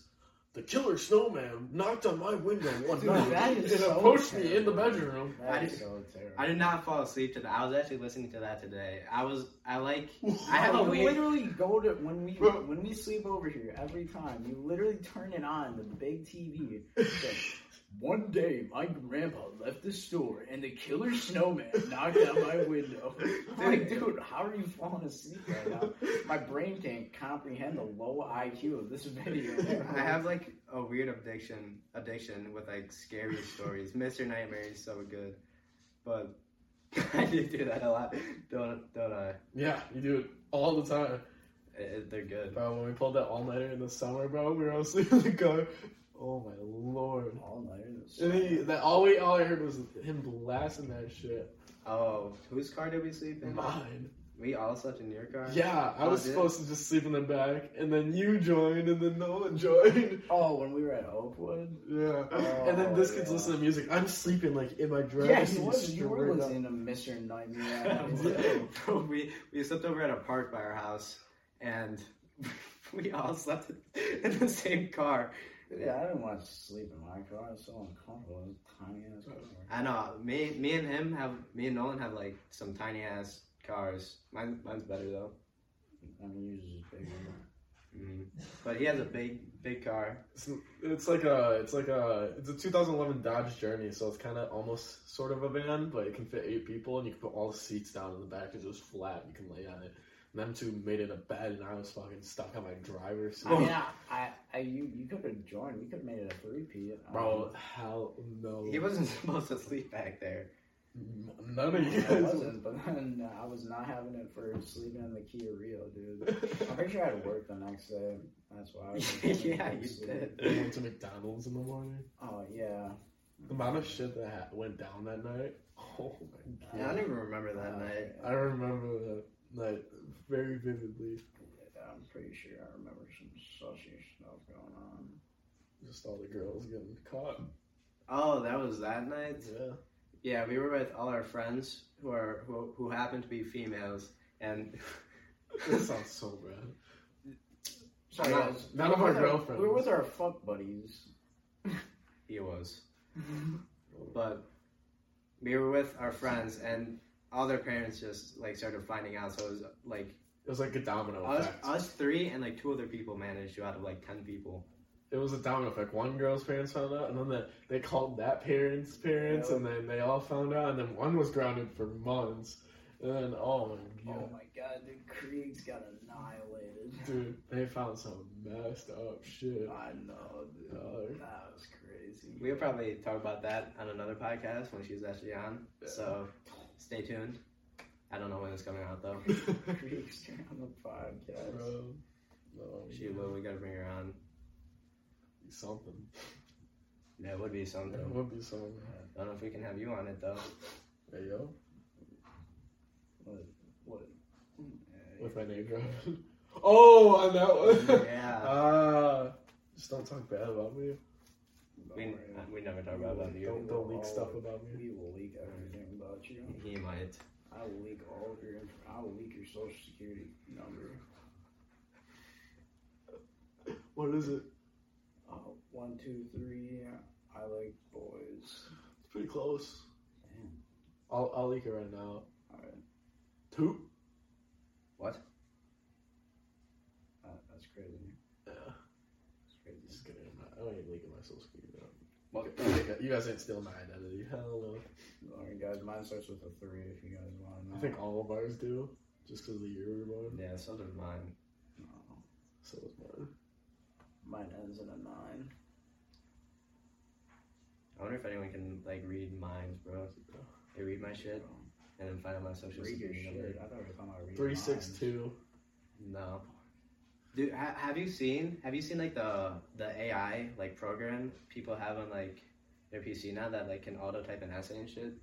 [SPEAKER 2] the killer snowman knocked on my window one
[SPEAKER 3] Dude,
[SPEAKER 2] night
[SPEAKER 3] that
[SPEAKER 2] and
[SPEAKER 3] is so
[SPEAKER 2] approached me in the
[SPEAKER 3] terrible.
[SPEAKER 2] bedroom.
[SPEAKER 3] That
[SPEAKER 1] I
[SPEAKER 3] is
[SPEAKER 1] did-
[SPEAKER 3] so terrible.
[SPEAKER 1] I did not fall asleep to that. I was actually listening to that today. I was I like
[SPEAKER 3] I
[SPEAKER 1] have
[SPEAKER 3] have
[SPEAKER 1] a weird-
[SPEAKER 3] literally go to when we
[SPEAKER 2] Bro.
[SPEAKER 3] when we sleep over here every time. You literally turn it on the big TV. One day, my grandpa left the store, and the killer snowman knocked out my window. I'm like, dude, how are you falling asleep right now? My brain can't comprehend the low IQ of this video.
[SPEAKER 1] I have like a weird addiction addiction with like scary stories. Mr. Nightmare is so good, but I do do that a lot. Don't don't I?
[SPEAKER 2] Yeah, you do it all the time.
[SPEAKER 1] It- it- they're good.
[SPEAKER 2] Bro, when we pulled that all nighter in the summer, bro, we were all sleeping in the car. Oh my lord.
[SPEAKER 3] all nighters.
[SPEAKER 2] And he, that all we all I heard was him blasting that shit.
[SPEAKER 1] Oh, whose car did we sleep in?
[SPEAKER 2] Mine.
[SPEAKER 1] We all slept in your car.
[SPEAKER 2] Yeah, I
[SPEAKER 1] Oh,
[SPEAKER 2] was
[SPEAKER 1] dude.
[SPEAKER 2] supposed to just sleep in the back, and then you joined, and then Nolan joined.
[SPEAKER 3] Oh, when we were at Oakwood.
[SPEAKER 2] Yeah.
[SPEAKER 3] Oh,
[SPEAKER 2] and then this kid's
[SPEAKER 3] yeah.
[SPEAKER 2] listening to music. I'm sleeping like in my dress.
[SPEAKER 3] Yeah, he
[SPEAKER 2] and
[SPEAKER 3] was. You were
[SPEAKER 2] straight up.
[SPEAKER 3] listening to Mr. Nightmare.
[SPEAKER 2] Yeah.
[SPEAKER 1] Bro, Um, we we slept over at a park by our house, and we all slept in the same car.
[SPEAKER 3] Yeah, I didn't want to sleep in my car. It's so uncomfortable. It's a tiny ass car.
[SPEAKER 1] I know. Me, me and him have me and Nolan have like some tiny ass cars. Mine, mine's better though.
[SPEAKER 3] I mean, yours is bigger.
[SPEAKER 1] Mhm. But he has a big, big car.
[SPEAKER 2] It's, it's like a, it's like a, it's a 2011 Dodge Journey, so it's kind of almost sort of a van, but it can fit eight people, and you can put all the seats down in the back. It's just flat. You can lay on it. And them two made it a bed, and I was fucking stuck on my driver's seat.
[SPEAKER 3] I
[SPEAKER 1] Oh.
[SPEAKER 3] mean, I, I, I you, you could have joined. We could have made it a three P.
[SPEAKER 2] Bro, hell no.
[SPEAKER 1] He wasn't supposed to sleep back there.
[SPEAKER 2] None
[SPEAKER 3] I
[SPEAKER 2] of you guys.
[SPEAKER 3] wasn't, but then I was not having it for sleeping in the Kia Rio, dude. I'm pretty sure I had work the next day. That's why. I was
[SPEAKER 1] yeah, you
[SPEAKER 2] I
[SPEAKER 1] did.
[SPEAKER 2] went to McDonald's in the morning.
[SPEAKER 3] Oh yeah.
[SPEAKER 2] The amount of shit that ha- went down that night. Oh my
[SPEAKER 1] Yeah, I
[SPEAKER 2] god.
[SPEAKER 1] don't even remember that
[SPEAKER 3] Uh,
[SPEAKER 1] night.
[SPEAKER 2] I remember that night very vividly.
[SPEAKER 3] yeah, I'm pretty sure I remember some sussy stuff going on.
[SPEAKER 2] Just all the girls getting caught.
[SPEAKER 1] Oh, that was that night.
[SPEAKER 2] Yeah.
[SPEAKER 1] Yeah, we were with all our friends who are who, who happen to be females, and
[SPEAKER 2] That sounds so bad.
[SPEAKER 3] Sorry,
[SPEAKER 1] None-
[SPEAKER 3] guys.
[SPEAKER 2] none of our
[SPEAKER 3] We were with
[SPEAKER 2] girlfriends.
[SPEAKER 3] We were with our fuck buddies.
[SPEAKER 1] he was. But we were with our friends, and all their parents just like started finding out. So it was like
[SPEAKER 2] It was like a domino
[SPEAKER 1] us,
[SPEAKER 2] effect.
[SPEAKER 1] us three and like two other people managed to out of like ten people.
[SPEAKER 2] It was a domino effect. One girl's parents found out, and then the, they called that parent's parents,
[SPEAKER 3] Yeah.
[SPEAKER 2] and then they all found out, and then one was grounded for months. And then, oh my
[SPEAKER 3] Oh
[SPEAKER 2] god.
[SPEAKER 3] my god, dude, Krieg's got annihilated.
[SPEAKER 2] Dude, they found some messed up shit.
[SPEAKER 3] I know, dude.
[SPEAKER 2] Dog.
[SPEAKER 3] That was crazy.
[SPEAKER 1] We'll probably talk about that on another podcast when she's actually on. So stay tuned. I don't know when it's coming out though.
[SPEAKER 3] Krieg's turned on the podcast.
[SPEAKER 2] Bro. Oh,
[SPEAKER 1] She will. We gotta bring her on.
[SPEAKER 2] Something.
[SPEAKER 1] That would be something.
[SPEAKER 2] It would be something.
[SPEAKER 1] Don't know if we can have you on it though.
[SPEAKER 2] Hey, yo.
[SPEAKER 3] What?
[SPEAKER 2] With my name drop. oh, on that one.
[SPEAKER 1] Yeah.
[SPEAKER 2] Ah, just don't talk bad about me.
[SPEAKER 1] We, we never talk about that.
[SPEAKER 2] Don't, don't leak stuff about me.
[SPEAKER 3] We will leak everything about you.
[SPEAKER 1] He might.
[SPEAKER 3] I will leak all of your. inf- I will leak your social security number.
[SPEAKER 2] What is it?
[SPEAKER 3] Uh, one, two, three. I like boys.
[SPEAKER 2] It's pretty close.
[SPEAKER 3] Damn.
[SPEAKER 2] I'll, I'll leak it right now.
[SPEAKER 3] All right,
[SPEAKER 2] Two?
[SPEAKER 3] that, uh, that's crazy.
[SPEAKER 2] Yeah.
[SPEAKER 3] That's crazy.
[SPEAKER 2] Just kidding. I'm not- I ain't leaking my social security. number.
[SPEAKER 1] Well,
[SPEAKER 2] You guys ain't stealing my identity. Hell no.
[SPEAKER 3] All right, guys. Mine starts with a three. If you guys want to know.
[SPEAKER 2] I think all of ours do, just because of the year we were born.
[SPEAKER 1] yeah, so does mine.
[SPEAKER 3] No.
[SPEAKER 2] So was mine.
[SPEAKER 3] Mine ends in a nine.
[SPEAKER 1] I wonder if anyone can like read minds, bro. They read my shit and then find out my social
[SPEAKER 3] Read your
[SPEAKER 1] security number.
[SPEAKER 3] shit. I thought we were talking about reading
[SPEAKER 2] Three six
[SPEAKER 3] minds.
[SPEAKER 2] two.
[SPEAKER 1] No. Dude, ha- have you seen have you seen like the the AI like program people have on like their PC now that like can auto type an essay and shit?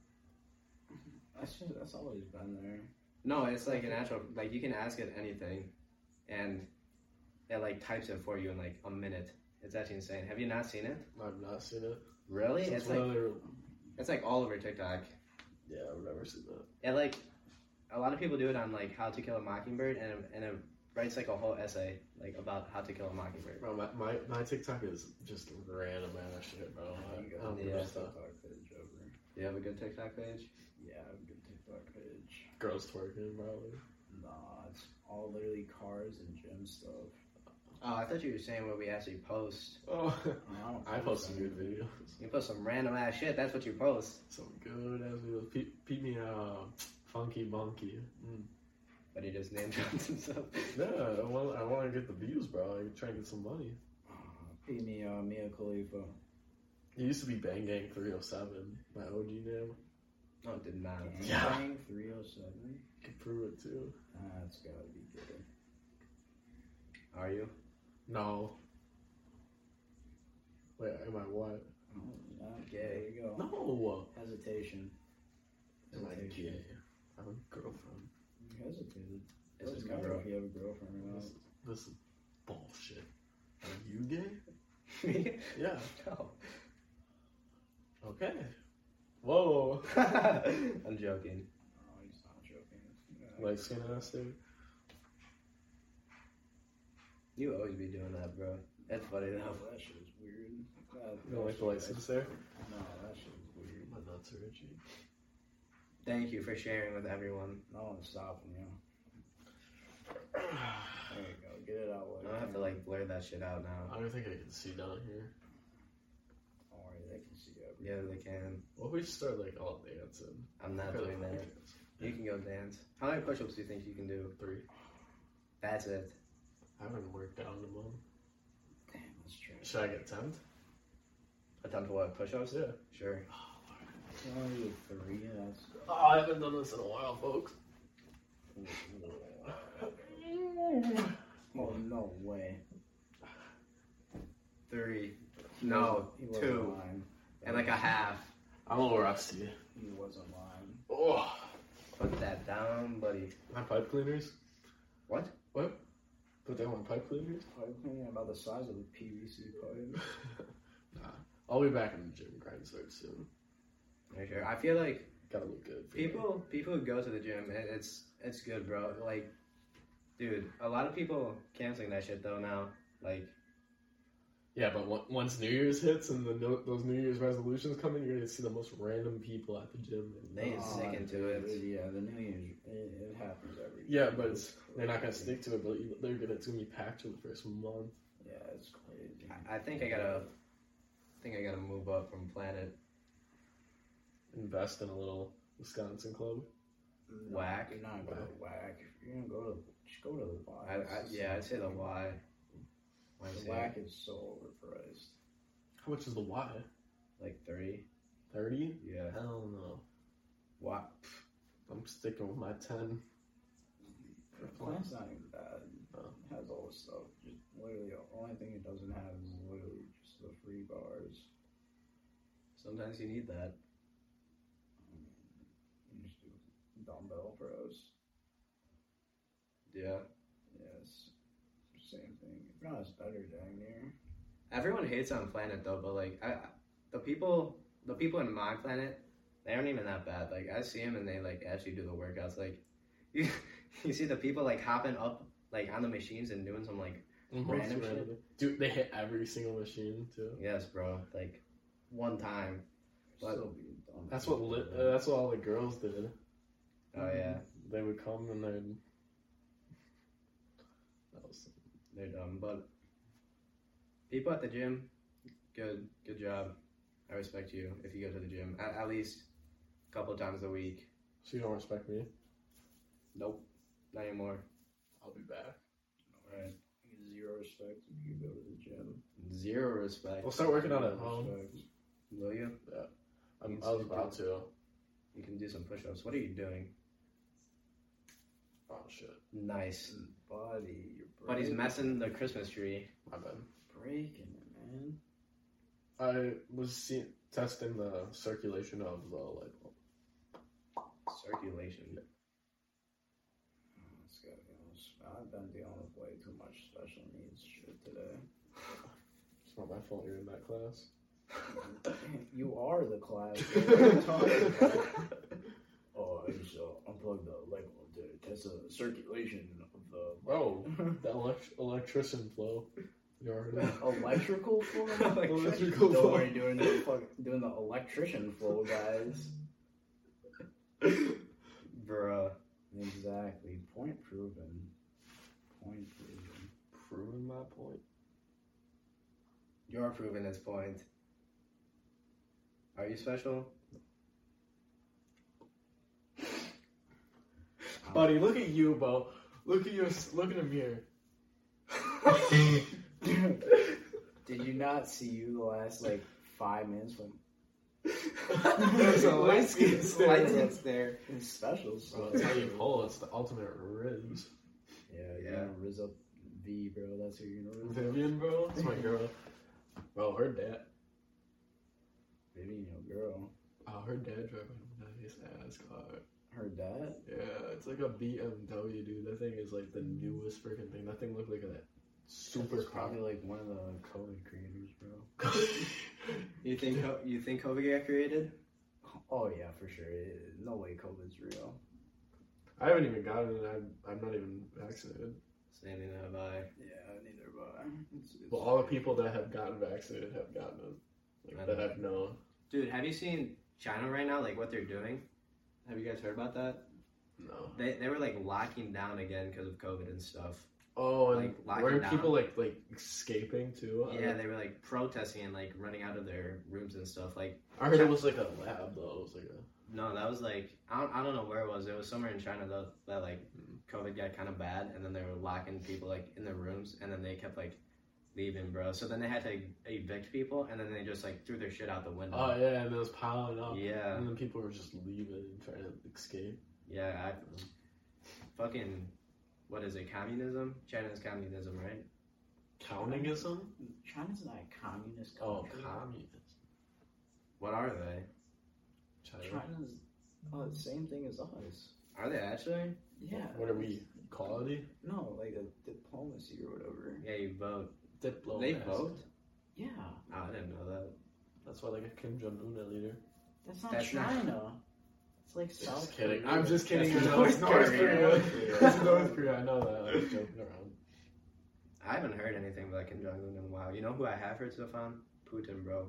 [SPEAKER 3] That's just, that's always been there.
[SPEAKER 1] No, it's like an actual like you can ask it anything, and it like types it for you in like a minute. It's actually insane. Have you not seen it?
[SPEAKER 2] I've not seen it.
[SPEAKER 1] Really?
[SPEAKER 2] Since
[SPEAKER 1] It's like
[SPEAKER 2] when I-
[SPEAKER 1] it's like all over TikTok.
[SPEAKER 2] yeah, I've never seen that.
[SPEAKER 1] It like a lot of people do it on like How to Kill a Mockingbird, and and it writes like a whole essay like about how to kill a mockingbird.
[SPEAKER 2] Bro, my, my, my TikTok is just random ass shit, bro. I, I don't give
[SPEAKER 1] Yeah.
[SPEAKER 2] a
[SPEAKER 3] TikTok
[SPEAKER 2] stuff.
[SPEAKER 3] page over.
[SPEAKER 1] Do you have a good TikTok page?
[SPEAKER 3] Yeah, I have a good TikTok page.
[SPEAKER 2] Girls twerking, probably.
[SPEAKER 3] Nah, it's all literally cars and gym stuff.
[SPEAKER 1] Oh, I thought you were saying what we actually post.
[SPEAKER 2] Oh,
[SPEAKER 3] I, mean, I, don't
[SPEAKER 2] I post some
[SPEAKER 3] anything.
[SPEAKER 2] good videos.
[SPEAKER 1] You post some random ass shit. That's what you post.
[SPEAKER 2] Some good ass videos. Peep, peep me, uh, funky monkey. Mm.
[SPEAKER 1] But he just name drops himself.
[SPEAKER 2] Yeah, I want I want to get the views, bro. I'm trying to get some money.
[SPEAKER 3] Uh, Pay me, uh, Mia Khalifa.
[SPEAKER 2] It used to be Bang Gang 307, my OG name.
[SPEAKER 1] No, it did not.
[SPEAKER 2] Yeah.
[SPEAKER 3] Gang 307?
[SPEAKER 2] I can prove it too.
[SPEAKER 3] That's gotta be good.
[SPEAKER 1] Are you?
[SPEAKER 2] No. Wait, am I what?
[SPEAKER 3] Oh, yeah, there you go.
[SPEAKER 2] No.
[SPEAKER 3] Hesitation.
[SPEAKER 2] Am I
[SPEAKER 3] Hesitation.
[SPEAKER 2] gay? I have a girlfriend.
[SPEAKER 3] You hesitated.
[SPEAKER 1] It's
[SPEAKER 3] Doesn't
[SPEAKER 1] just
[SPEAKER 3] matter
[SPEAKER 1] cover
[SPEAKER 3] if you have a girlfriend or not.
[SPEAKER 2] This, this is bullshit. Are you gay?
[SPEAKER 1] Me?
[SPEAKER 2] Yeah.
[SPEAKER 1] No.
[SPEAKER 2] Okay. Whoa.
[SPEAKER 1] I'm joking.
[SPEAKER 3] Oh, he's not joking. Yeah.
[SPEAKER 2] Light skin ass dude.
[SPEAKER 1] You always be doing that, bro. That's funny though.
[SPEAKER 3] That shit is weird. That,
[SPEAKER 2] You don't like the light skins there?
[SPEAKER 3] No, that shit is weird.
[SPEAKER 2] My nuts are itchy.
[SPEAKER 1] Thank you for sharing with everyone.
[SPEAKER 3] No one's stopping you. There you go. Get it out
[SPEAKER 1] I
[SPEAKER 3] later.
[SPEAKER 1] don't have to like blur that shit out now.
[SPEAKER 2] I don't think I can see down here.
[SPEAKER 3] Don't worry, they can see everything.
[SPEAKER 1] Yeah, they can.
[SPEAKER 2] What if we just start like all dancing?
[SPEAKER 1] I'm not
[SPEAKER 2] Kinda
[SPEAKER 1] doing that.
[SPEAKER 2] dance.
[SPEAKER 1] You can go dance. How many push-ups do you think you can do?
[SPEAKER 2] Three.
[SPEAKER 1] That's it.
[SPEAKER 2] I haven't worked out in a month.
[SPEAKER 3] Damn, that's true.
[SPEAKER 2] Should I get temped?
[SPEAKER 1] Attempt to what? Push-ups?
[SPEAKER 2] Yeah.
[SPEAKER 1] Sure.
[SPEAKER 3] You only do three. That's
[SPEAKER 2] Oh, I haven't done this in a while, folks.
[SPEAKER 3] oh no way.
[SPEAKER 1] Three. No,
[SPEAKER 3] he wasn't
[SPEAKER 1] two.
[SPEAKER 3] lying.
[SPEAKER 1] And like a half.
[SPEAKER 2] I'm a little rusty.
[SPEAKER 3] He wasn't lying.
[SPEAKER 2] Oh,
[SPEAKER 1] Put that down, buddy.
[SPEAKER 2] my pipe cleaners.
[SPEAKER 1] What?
[SPEAKER 2] What? Put down my pipe cleaners.
[SPEAKER 3] Pipe cleaning about the size of a PVC pipe.
[SPEAKER 2] nah, I'll be back in the gym grind start soon.
[SPEAKER 1] For sure. I feel like
[SPEAKER 2] Gotta look good. for
[SPEAKER 1] people people who go to the gym, it, it's it's good, bro. Like, dude, a lot of people canceling that shit though now. Like,
[SPEAKER 2] that. Yeah, but on- once New Year's hits and the no- those New Year's resolutions come in, you're gonna see the most random people at the gym.
[SPEAKER 1] They is sick into it.
[SPEAKER 3] Uh, Yeah, the New Year's, it, it happens every
[SPEAKER 2] Yeah, but it's-
[SPEAKER 3] crazy.
[SPEAKER 2] They're not gonna stick to it, but you- they're gonna. It's gonna be packed for the first month.
[SPEAKER 3] Yeah, it's crazy.
[SPEAKER 1] I, I think I gotta I think I gotta move up from Planet
[SPEAKER 2] Invest in a little Wisconsin club.
[SPEAKER 3] No,
[SPEAKER 1] Whack.
[SPEAKER 3] You're not gonna whack. If You're gonna go to just go to the Y.
[SPEAKER 1] I, I,
[SPEAKER 3] It's
[SPEAKER 1] yeah, I'd say the
[SPEAKER 3] the
[SPEAKER 1] Y. Why
[SPEAKER 3] same.
[SPEAKER 1] say
[SPEAKER 3] The whack is so overpriced.
[SPEAKER 2] How much is the Y?
[SPEAKER 1] Like thirty.
[SPEAKER 2] Thirty?
[SPEAKER 1] Yeah.
[SPEAKER 2] Hell no.
[SPEAKER 1] Why?
[SPEAKER 2] I'm sticking with my ten.
[SPEAKER 3] The plant's not even bad.
[SPEAKER 2] Oh.
[SPEAKER 3] It has all the stuff. Just literally, the only thing it doesn't have is literally just the free bars.
[SPEAKER 1] Sometimes you need that.
[SPEAKER 3] I mean, you just do dumbbell pros.
[SPEAKER 1] Yeah.
[SPEAKER 3] Yes, same thing. If not, it's better dang near.
[SPEAKER 1] Everyone hates on Planet though, but like I, I- the people, the people in my planet, they aren't even that bad. Like I see them and they like actually do the workouts. Like you, you see the people like hopping up like on the machines and doing some like
[SPEAKER 2] Mm-hmm.
[SPEAKER 1] Random shit.
[SPEAKER 2] Dude, they hit every single machine too.
[SPEAKER 1] yes, bro, like one time. But-
[SPEAKER 3] Still be a dumbbell.
[SPEAKER 2] That's what li- uh, that's what all the girls did.
[SPEAKER 1] Oh yeah,
[SPEAKER 2] They would come and they'd. That was
[SPEAKER 1] they're dumb, but people at the gym, good, good job. I respect you if you go to the gym at, at least a couple times a week.
[SPEAKER 2] so you don't respect me.
[SPEAKER 1] Nope, not anymore.
[SPEAKER 2] I'll be back.
[SPEAKER 3] Right. zero respect if you go to the gym.
[SPEAKER 1] Zero respect.
[SPEAKER 2] We'll start working on it.
[SPEAKER 3] Zero
[SPEAKER 2] Um,
[SPEAKER 3] respect.
[SPEAKER 1] Will you?
[SPEAKER 2] I'm, I was about to.
[SPEAKER 1] You can do some push-ups. What are you doing?
[SPEAKER 2] Oh shit,
[SPEAKER 1] Nice.
[SPEAKER 3] Buddy, you're
[SPEAKER 1] But he's
[SPEAKER 3] breaking-
[SPEAKER 1] messing the Christmas tree.
[SPEAKER 2] my bad.
[SPEAKER 3] breaking it, man.
[SPEAKER 2] I was see- testing the circulation of the light bulb.
[SPEAKER 1] Circulation.
[SPEAKER 3] Oh, it's gotta be on the sp- I've been dealing with way too much special needs shit today.
[SPEAKER 2] It's not my fault you're in that class.
[SPEAKER 3] you are the class. What are you talking about? Oh, I just uh, unplugged the light bulb to test the circulation of uh, the
[SPEAKER 2] oh, that elect- electrician flow. You already.
[SPEAKER 3] electrical floor.
[SPEAKER 2] Oh, Electrical
[SPEAKER 3] Don't
[SPEAKER 2] flow.
[SPEAKER 3] worry, doing the fuck, doing the electrician flow, guys.
[SPEAKER 1] Bruh.
[SPEAKER 3] Exactly. Point proven. Point proven.
[SPEAKER 2] Proving my point.
[SPEAKER 1] You're proving this point. Are you special?
[SPEAKER 2] Buddy, look at you, bro. Look at your. Look in the mirror.
[SPEAKER 3] Did you not see you the last like five minutes from
[SPEAKER 2] There's a light skin
[SPEAKER 1] License
[SPEAKER 2] stare, bro.
[SPEAKER 1] there.
[SPEAKER 3] his specials?
[SPEAKER 2] Bro, That's how you pull. It's the ultimate riz.
[SPEAKER 3] Yeah,
[SPEAKER 1] Yeah.
[SPEAKER 3] you're gonna riz up V, bro. That's who you're gonna riz up.
[SPEAKER 2] Vivian, bro. That's my girl. Bro, her dad.
[SPEAKER 3] Maybe your girl.
[SPEAKER 2] Oh, her dad driving a nice ass car.
[SPEAKER 3] Her dad?
[SPEAKER 2] Yeah, it's like a BMW, dude. That thing is like the newest freaking thing. That thing looked like a super
[SPEAKER 3] That's
[SPEAKER 2] car.
[SPEAKER 3] probably like one of the COVID creators, bro.
[SPEAKER 1] You think co- you think COVID got created?
[SPEAKER 3] Oh yeah, for sure. It- no way COVID's real.
[SPEAKER 2] I haven't even gotten it. I'm, I'm not even vaccinated.
[SPEAKER 1] Same thing that I.
[SPEAKER 3] Yeah, neither of I. It's, it's,
[SPEAKER 2] Well, all the people that have gotten vaccinated have gotten it.
[SPEAKER 1] I
[SPEAKER 2] Like, that
[SPEAKER 1] know.
[SPEAKER 2] I've known.
[SPEAKER 1] Dude, have you seen China right now? Like what they're doing? Have you guys heard about that?
[SPEAKER 2] No.
[SPEAKER 1] They they were like locking down again because of COVID and stuff.
[SPEAKER 2] Oh, and
[SPEAKER 1] Like, locking
[SPEAKER 2] weren't
[SPEAKER 1] down.
[SPEAKER 2] people like like escaping too? I-
[SPEAKER 1] Yeah, they were like protesting and like running out of their rooms and stuff. Like
[SPEAKER 2] I heard it was like a lab though. It was like a
[SPEAKER 1] no, that was like I don't, I don't know where it was. It was somewhere in China though that like COVID got kind of bad, and then they were locking people like in their rooms, and then they kept like leaving, bro. So then they had to evict people, and then they just like threw their shit out the window.
[SPEAKER 2] oh yeah, and it was piling up.
[SPEAKER 1] Yeah.
[SPEAKER 2] and then people were just leaving and trying to escape.
[SPEAKER 1] Yeah, I, fucking, what is it? Communism? China's communism, right?
[SPEAKER 2] Countingism?
[SPEAKER 3] China's not a communist
[SPEAKER 2] Oh,
[SPEAKER 3] country.
[SPEAKER 2] communism.
[SPEAKER 1] What are they?
[SPEAKER 2] China.
[SPEAKER 3] China's oh, the same thing as us.
[SPEAKER 1] Are they actually?
[SPEAKER 3] Yeah.
[SPEAKER 2] What are we? Equality?
[SPEAKER 3] No, like a diplomacy or whatever.
[SPEAKER 1] Yeah, you vote.
[SPEAKER 2] Diplomacy.
[SPEAKER 1] they vote?
[SPEAKER 3] Yeah,
[SPEAKER 1] Oh, I didn't know that.
[SPEAKER 2] That's why they got Kim Jong Un a leader.
[SPEAKER 3] that's not
[SPEAKER 1] That's not-
[SPEAKER 3] China. It's like South.
[SPEAKER 2] Just kidding.
[SPEAKER 3] Korea.
[SPEAKER 2] I'm just kidding.
[SPEAKER 1] That's
[SPEAKER 2] I know it's
[SPEAKER 1] North
[SPEAKER 2] North
[SPEAKER 1] Korea.
[SPEAKER 2] Korea. It's North Korea. I know that. I was joking around.
[SPEAKER 1] I haven't heard anything about Kim Jong Un in a while. You know who I have heard stuff on? Putin, bro.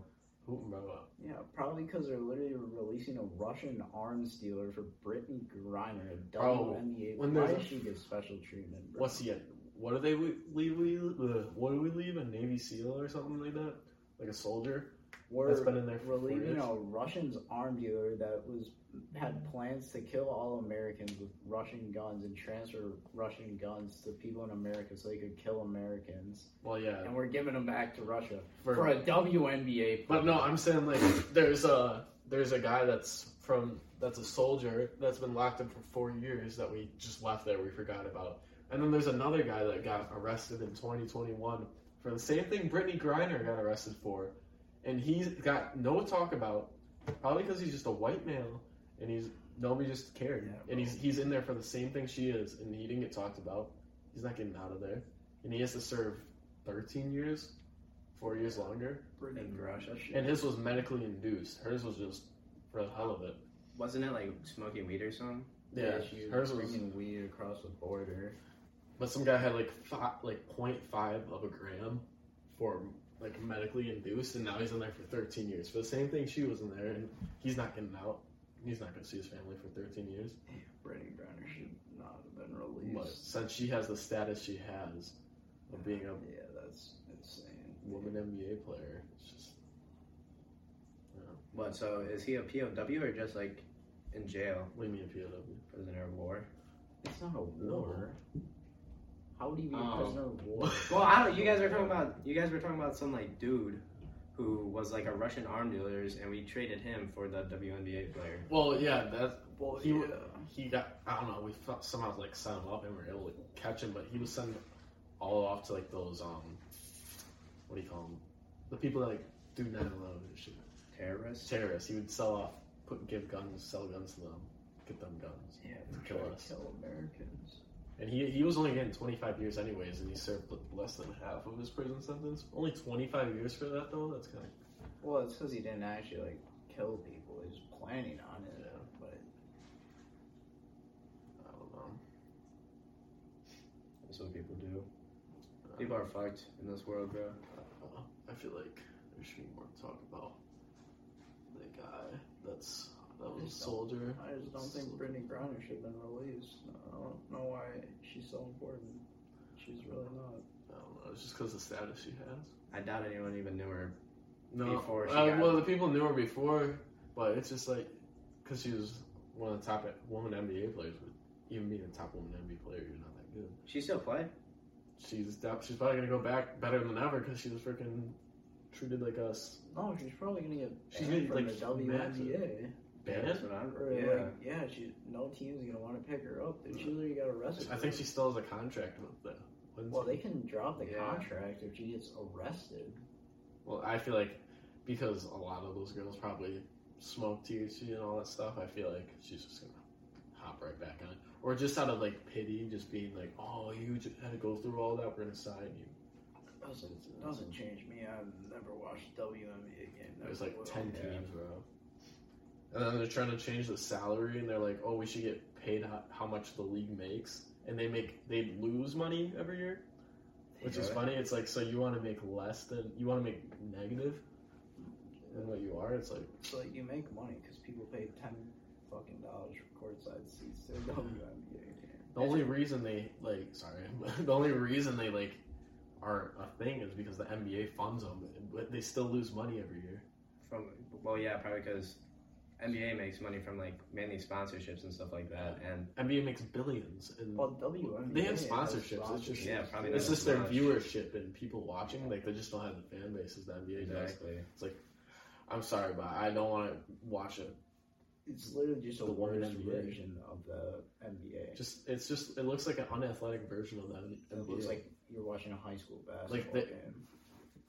[SPEAKER 2] Putin, bro.
[SPEAKER 3] Yeah, probably because they're literally releasing a Russian arms dealer for Brittany Griner, a
[SPEAKER 2] Bro,
[SPEAKER 3] WNBA.
[SPEAKER 2] when
[SPEAKER 3] Why
[SPEAKER 2] there's
[SPEAKER 3] does
[SPEAKER 2] a-
[SPEAKER 3] she get special treatment? Bro?
[SPEAKER 2] What's the end? What do they we leave? We uh, what do we leave? A Navy SEAL or something like that? Like a soldier
[SPEAKER 3] We're
[SPEAKER 2] that's been in there for four
[SPEAKER 3] relieving
[SPEAKER 2] years?
[SPEAKER 3] a Russian's arm dealer that was had plans to kill all Americans with Russian guns and transfer Russian guns to people in America so they could kill Americans,
[SPEAKER 2] Well, yeah.
[SPEAKER 3] and we're giving them back to Russia
[SPEAKER 2] For,
[SPEAKER 3] for a WNBA.
[SPEAKER 2] but no, I'm saying like there's a there's a guy that's from that's a soldier that's been locked up for four years that we just left there we forgot about, and then there's another guy that got arrested in 2021 for the same thing Brittany Griner got arrested for, and he's got no talk about probably because he's just a white male and he's nobody just cared
[SPEAKER 3] Yeah,
[SPEAKER 2] and he's he's in there for the same thing she is and he didn't get talked about. He's not getting out of there, and he has to serve 13 years, four years longer.
[SPEAKER 3] Brittany
[SPEAKER 1] in Russia.
[SPEAKER 3] Griner.
[SPEAKER 2] And his was medically induced. Hers was just for the hell of it.
[SPEAKER 1] Wasn't it like smoking weed or something?
[SPEAKER 2] Yeah,
[SPEAKER 3] she was
[SPEAKER 2] hers was.
[SPEAKER 3] bringing weed across the border.
[SPEAKER 2] But some guy had like five, like 0.5 of a gram for like medically induced, and now he's in there for 13 years for the same thing she was in there, and he's not getting out. He's not going to see his family for 13 years.
[SPEAKER 3] Brittany Griner should not have been
[SPEAKER 2] But
[SPEAKER 3] released.
[SPEAKER 2] since she has the status she has of being a
[SPEAKER 3] yeah, that's insane.
[SPEAKER 2] woman NBA player, it's just
[SPEAKER 1] What, so is he a POW or just like in jail?
[SPEAKER 2] leave me a POW.
[SPEAKER 1] Prisoner of war?
[SPEAKER 3] It's not a war.
[SPEAKER 2] No.
[SPEAKER 3] How would he be a
[SPEAKER 1] Oh.
[SPEAKER 3] prisoner of war?
[SPEAKER 1] Well, I don't. You guys are talking about you guys were talking about some like dude who was like a Russian arm dealers, and we traded him for the WNBA player.
[SPEAKER 2] Well, yeah, that
[SPEAKER 3] Well,
[SPEAKER 2] he wa- he got. I don't know. We fo- somehow like set him up and we were able to catch him, but he was sent all off to like those um, what do you call them? The people that like do 9/11 and shit.
[SPEAKER 1] Terrorist.
[SPEAKER 2] Terrorists. He would sell off, put give guns, sell guns to them, get them guns.
[SPEAKER 1] Yeah.
[SPEAKER 2] kill us.
[SPEAKER 3] Kill Americans.
[SPEAKER 2] And he he was only getting 25 years anyways, and he served l- less than half of his prison sentence. Only 25 years for that though. That's kind of
[SPEAKER 3] Well, it's because he didn't actually like kill people. He was planning on it, uh,
[SPEAKER 2] Yeah.
[SPEAKER 3] but
[SPEAKER 2] I don't know.
[SPEAKER 1] That's what people do. People are fucked in this world, bro.
[SPEAKER 2] Uh, I feel like there should be more talk about the guy that's that was a soldier.
[SPEAKER 3] I just don't think Brittany Griner should have been released. I don't know why she's so important. She's really not.
[SPEAKER 2] I don't know. It's just because the status she has.
[SPEAKER 1] I doubt anyone even knew her.
[SPEAKER 2] No,
[SPEAKER 1] Before she
[SPEAKER 2] uh,
[SPEAKER 1] got-
[SPEAKER 2] well, the people knew her before, but it's just like because she was one of the top woman NBA players. But even being a top woman NBA player, you're not that good.
[SPEAKER 1] She still played.
[SPEAKER 2] She's def- she's probably gonna go back better than ever because she was freaking treated like us.
[SPEAKER 3] No, she's probably gonna get
[SPEAKER 2] She's
[SPEAKER 3] banned
[SPEAKER 2] gonna
[SPEAKER 3] from
[SPEAKER 2] get,
[SPEAKER 3] the
[SPEAKER 2] like,
[SPEAKER 3] WNBA.
[SPEAKER 1] That's what I'm.
[SPEAKER 3] Or,
[SPEAKER 1] Yeah.
[SPEAKER 3] Like, yeah, she no team's gonna want to pick her up. Dude. She literally got arrested.
[SPEAKER 2] I
[SPEAKER 3] for
[SPEAKER 2] think
[SPEAKER 3] it.
[SPEAKER 2] she still has a contract with the. Wednesday.
[SPEAKER 3] Well, they can drop the
[SPEAKER 1] Yeah.
[SPEAKER 3] contract if she gets arrested.
[SPEAKER 2] Well, I feel like because a lot of those girls probably smoke THC and all that stuff, I feel like she's just gonna hop right back on it. Or just out of like pity, just being like, "Oh, you j- had to go through all that. We're gonna sign you."
[SPEAKER 3] Doesn't doesn't change me. I've never watched WNBA again.
[SPEAKER 2] There's like
[SPEAKER 3] Never will.
[SPEAKER 2] ten
[SPEAKER 1] yeah.
[SPEAKER 2] teams, bro. And then they're trying to change the salary, and they're like, "Oh, we should get paid how, how much the league makes." And they make they lose money every year, which is
[SPEAKER 1] Yeah.
[SPEAKER 2] funny. It's like, so you want to make less than you want to make negative than what you are. It's like.
[SPEAKER 3] So like you make money because people pay ten fucking dollars for courtside seats to a WNBA game.
[SPEAKER 2] The only reason they like, sorry, the only reason they like are a thing is because the NBA funds them, but they still lose money every year.
[SPEAKER 1] From well, yeah, probably because NBA makes money from like mainly sponsorships and stuff like that, and
[SPEAKER 2] NBA makes billions, and
[SPEAKER 3] Well, WNBA
[SPEAKER 2] They have
[SPEAKER 3] has
[SPEAKER 2] sponsorships, it's just-
[SPEAKER 1] yeah, probably.
[SPEAKER 2] it's
[SPEAKER 1] not
[SPEAKER 2] just their
[SPEAKER 1] much.
[SPEAKER 2] viewership and people watching. Like they just don't have the fan bases the NBA does.
[SPEAKER 1] Exactly.
[SPEAKER 2] I'm sorry, but I don't want to watch it.
[SPEAKER 3] It's literally just a
[SPEAKER 2] The woman
[SPEAKER 3] worse
[SPEAKER 2] NBA.
[SPEAKER 3] version of the NBA.
[SPEAKER 2] Just it's just it looks like an unathletic version of that.
[SPEAKER 3] It looks like you're watching a high school basketball
[SPEAKER 2] Like the-
[SPEAKER 3] game.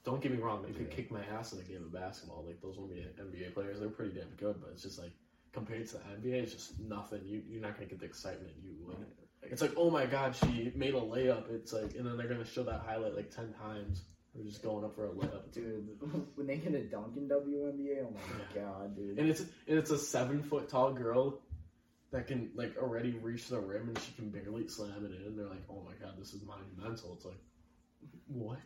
[SPEAKER 2] don't get me wrong, they could
[SPEAKER 1] Yeah.
[SPEAKER 2] kick my ass in a game of basketball. Like those NBA, NBA players, they're pretty damn good, but it's just like compared to the NBA, it's just nothing. You you're not gonna get the excitement you would. It's like, oh my god, she made a layup. It's like, and then they're gonna show that highlight like ten times. They're just going up for a layup. It's like-
[SPEAKER 3] Dude, when they get a dunk in WNBA, oh my god, dude.
[SPEAKER 2] and it's and it's a seven foot tall girl that can like already reach the rim and she can barely slam it in. They're like, oh my god, this is monumental. It's like, what?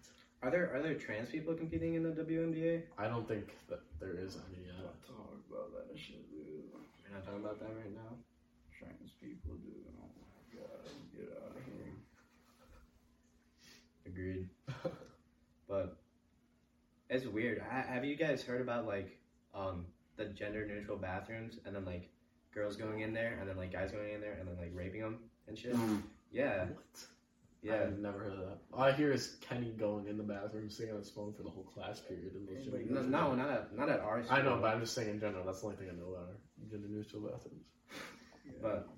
[SPEAKER 1] Are there are there trans people competing in the WNBA?
[SPEAKER 2] I don't think that there is any. uh,
[SPEAKER 3] Don't
[SPEAKER 2] yet.
[SPEAKER 3] talk about that shit, dude.
[SPEAKER 1] We're not talking about that right now.
[SPEAKER 3] Trans people, dude. Oh my god, get out of here.
[SPEAKER 1] Agreed. but it's weird. I, have you guys heard about like um the gender neutral bathrooms and then like girls going in there and then like guys going in there and then like raping them and shit?
[SPEAKER 2] Mm.
[SPEAKER 1] Yeah,
[SPEAKER 2] What? Yeah,
[SPEAKER 1] yeah.
[SPEAKER 2] I've never heard of that. All I hear is Kenny going in the bathroom, sitting on his phone for the whole class period. And those
[SPEAKER 3] Anybody
[SPEAKER 1] No,
[SPEAKER 2] gender-
[SPEAKER 1] no, not at not at our. School.
[SPEAKER 2] I know, but I'm just saying in general. That's the only thing I know about are gender neutral bathrooms.
[SPEAKER 3] Yeah.
[SPEAKER 1] But-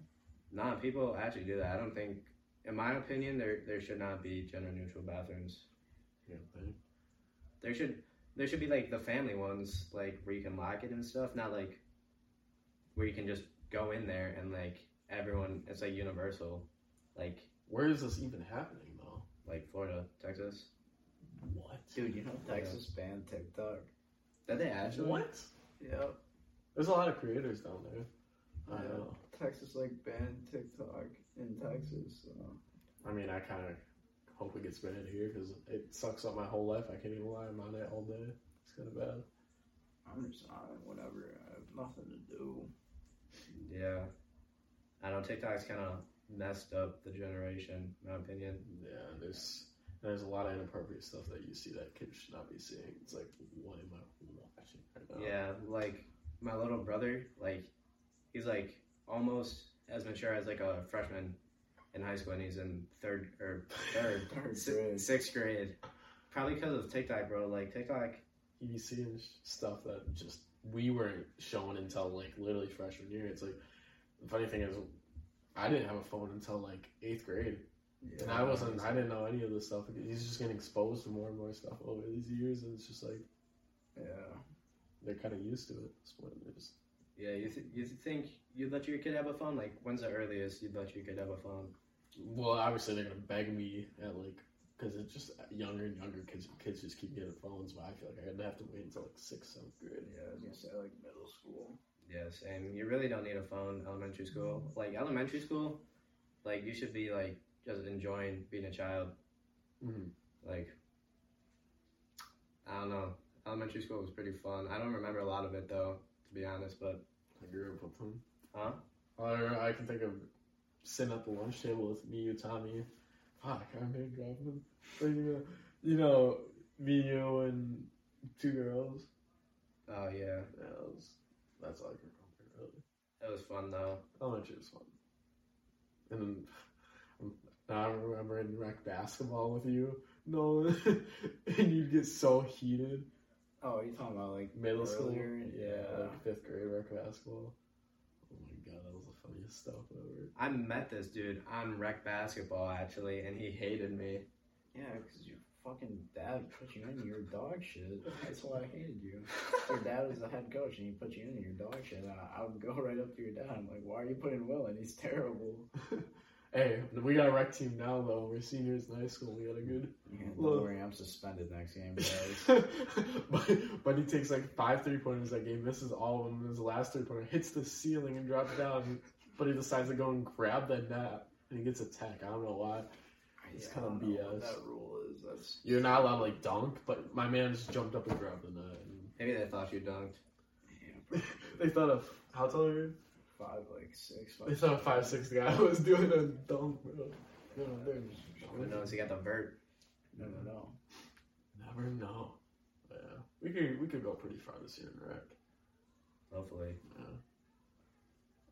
[SPEAKER 1] nah, people actually do that. I don't think, in my opinion, there there should not be gender neutral bathrooms.
[SPEAKER 2] You know, thing.
[SPEAKER 1] There should there should be like the family ones, like where you can lock it and stuff, not like where you can just go in there and like everyone. It's like universal, like
[SPEAKER 2] Where is this even happening though?
[SPEAKER 1] like Florida, Texas.
[SPEAKER 2] What?
[SPEAKER 3] dude, you know Texas banned TikTok.
[SPEAKER 1] Did they actually?
[SPEAKER 2] What?
[SPEAKER 3] Yep.
[SPEAKER 2] There's a lot of creators down there. I
[SPEAKER 3] Yeah.
[SPEAKER 2] know.
[SPEAKER 3] Texas like banned TikTok in Texas. So.
[SPEAKER 2] I mean, I kind of hope it gets banned here because it sucks up my whole life. I can't even lie. I'm on it all day. It's kind of bad.
[SPEAKER 3] I'm just on it whenever I have nothing to do.
[SPEAKER 1] Yeah, I know TikTok's kind of messed up the generation, in my opinion.
[SPEAKER 2] Yeah, and there's there's a lot of inappropriate stuff that you see that kids should not be seeing. It's like, what am I watching right now?
[SPEAKER 1] Yeah, like my little brother, like he's like almost as mature as like a freshman, in high school, and he's in third or third,
[SPEAKER 3] Third
[SPEAKER 1] si-
[SPEAKER 3] grade.
[SPEAKER 1] sixth grade. Probably because of TikTok, bro. Like TikTok,
[SPEAKER 2] You see and sh- stuff that just we weren't shown until like literally freshman year. It's like the funny thing is, I didn't have a phone until like eighth grade, and I wasn't. I didn't know any of this stuff. He's just getting exposed to more and more stuff over these years, and it's just like
[SPEAKER 3] Yeah.
[SPEAKER 2] they're kind of used to it. It's what it is.
[SPEAKER 1] yeah. You th- you think you'd let your kid have a phone? Like when's the earliest you'd let your kid have a phone?
[SPEAKER 2] Well, obviously they're gonna beg me at like because it's just younger and younger kids. Kids just keep getting phones, but I feel like I'm gonna have to wait until like sixth, seventh grade.
[SPEAKER 3] Yeah, I was gonna say like middle school.
[SPEAKER 1] Yes, and you really don't need a phone. Elementary school, like elementary school, like you should be like just enjoying being a child.
[SPEAKER 2] Mhm.
[SPEAKER 1] Like I don't know. Elementary school was pretty fun. I don't remember a lot of it though, to be honest. But
[SPEAKER 2] I grew up with them.
[SPEAKER 1] Huh?
[SPEAKER 2] I, I can think of sitting at the lunch table with me, you, Tommy. Fuck, I made driving. Like, you, know, you know, me, you, and two girls.
[SPEAKER 1] oh yeah,
[SPEAKER 2] That was, that's all I can remember, really.
[SPEAKER 1] it was fun though.
[SPEAKER 2] Elementary was fun. And then um, I remember in rec basketball with you, Nolan, and you'd get so heated.
[SPEAKER 3] Oh, you talking about like
[SPEAKER 2] Middle school?
[SPEAKER 3] Earlier,
[SPEAKER 2] Yeah,
[SPEAKER 3] yeah.
[SPEAKER 2] like fifth grade rec basketball. Oh my god, that was the funniest stuff ever.
[SPEAKER 1] I met this dude on rec basketball actually, and he hated me.
[SPEAKER 3] yeah, because your fucking dad put you in your dog shit. That's why I hated you. Your dad was the head coach, and he put you in your dog shit. And I, I would go right up to your dad. I'm like, why are you putting Will? And he's terrible.
[SPEAKER 2] Hey, we got a rec team now though. We're seniors in high school. We got a good.
[SPEAKER 3] Yeah, don't
[SPEAKER 2] Look.
[SPEAKER 3] worry, I'm suspended next game, guys.
[SPEAKER 2] but, but he takes like five three pointers that game, misses all of them. His last three pointer hits the ceiling and drops down. But he decides to go and grab that net and he gets a tech. I don't know why. It's
[SPEAKER 3] Yeah, I
[SPEAKER 2] kinda
[SPEAKER 3] don't know
[SPEAKER 2] BS.
[SPEAKER 3] what That rule is that's
[SPEAKER 2] You're not allowed to like dunk, but my man just jumped up and grabbed the net. And
[SPEAKER 1] Maybe they thought you dunked.
[SPEAKER 3] yeah,
[SPEAKER 2] they thought of how tall are you?
[SPEAKER 3] five like six.
[SPEAKER 2] They thought a five six guy was doing a dunk, bro.
[SPEAKER 3] No, they're just
[SPEAKER 1] Who knows? He got the vert.
[SPEAKER 3] never know.
[SPEAKER 2] Never know. Yeah, we could we could go pretty far this year in rec.
[SPEAKER 1] Hopefully,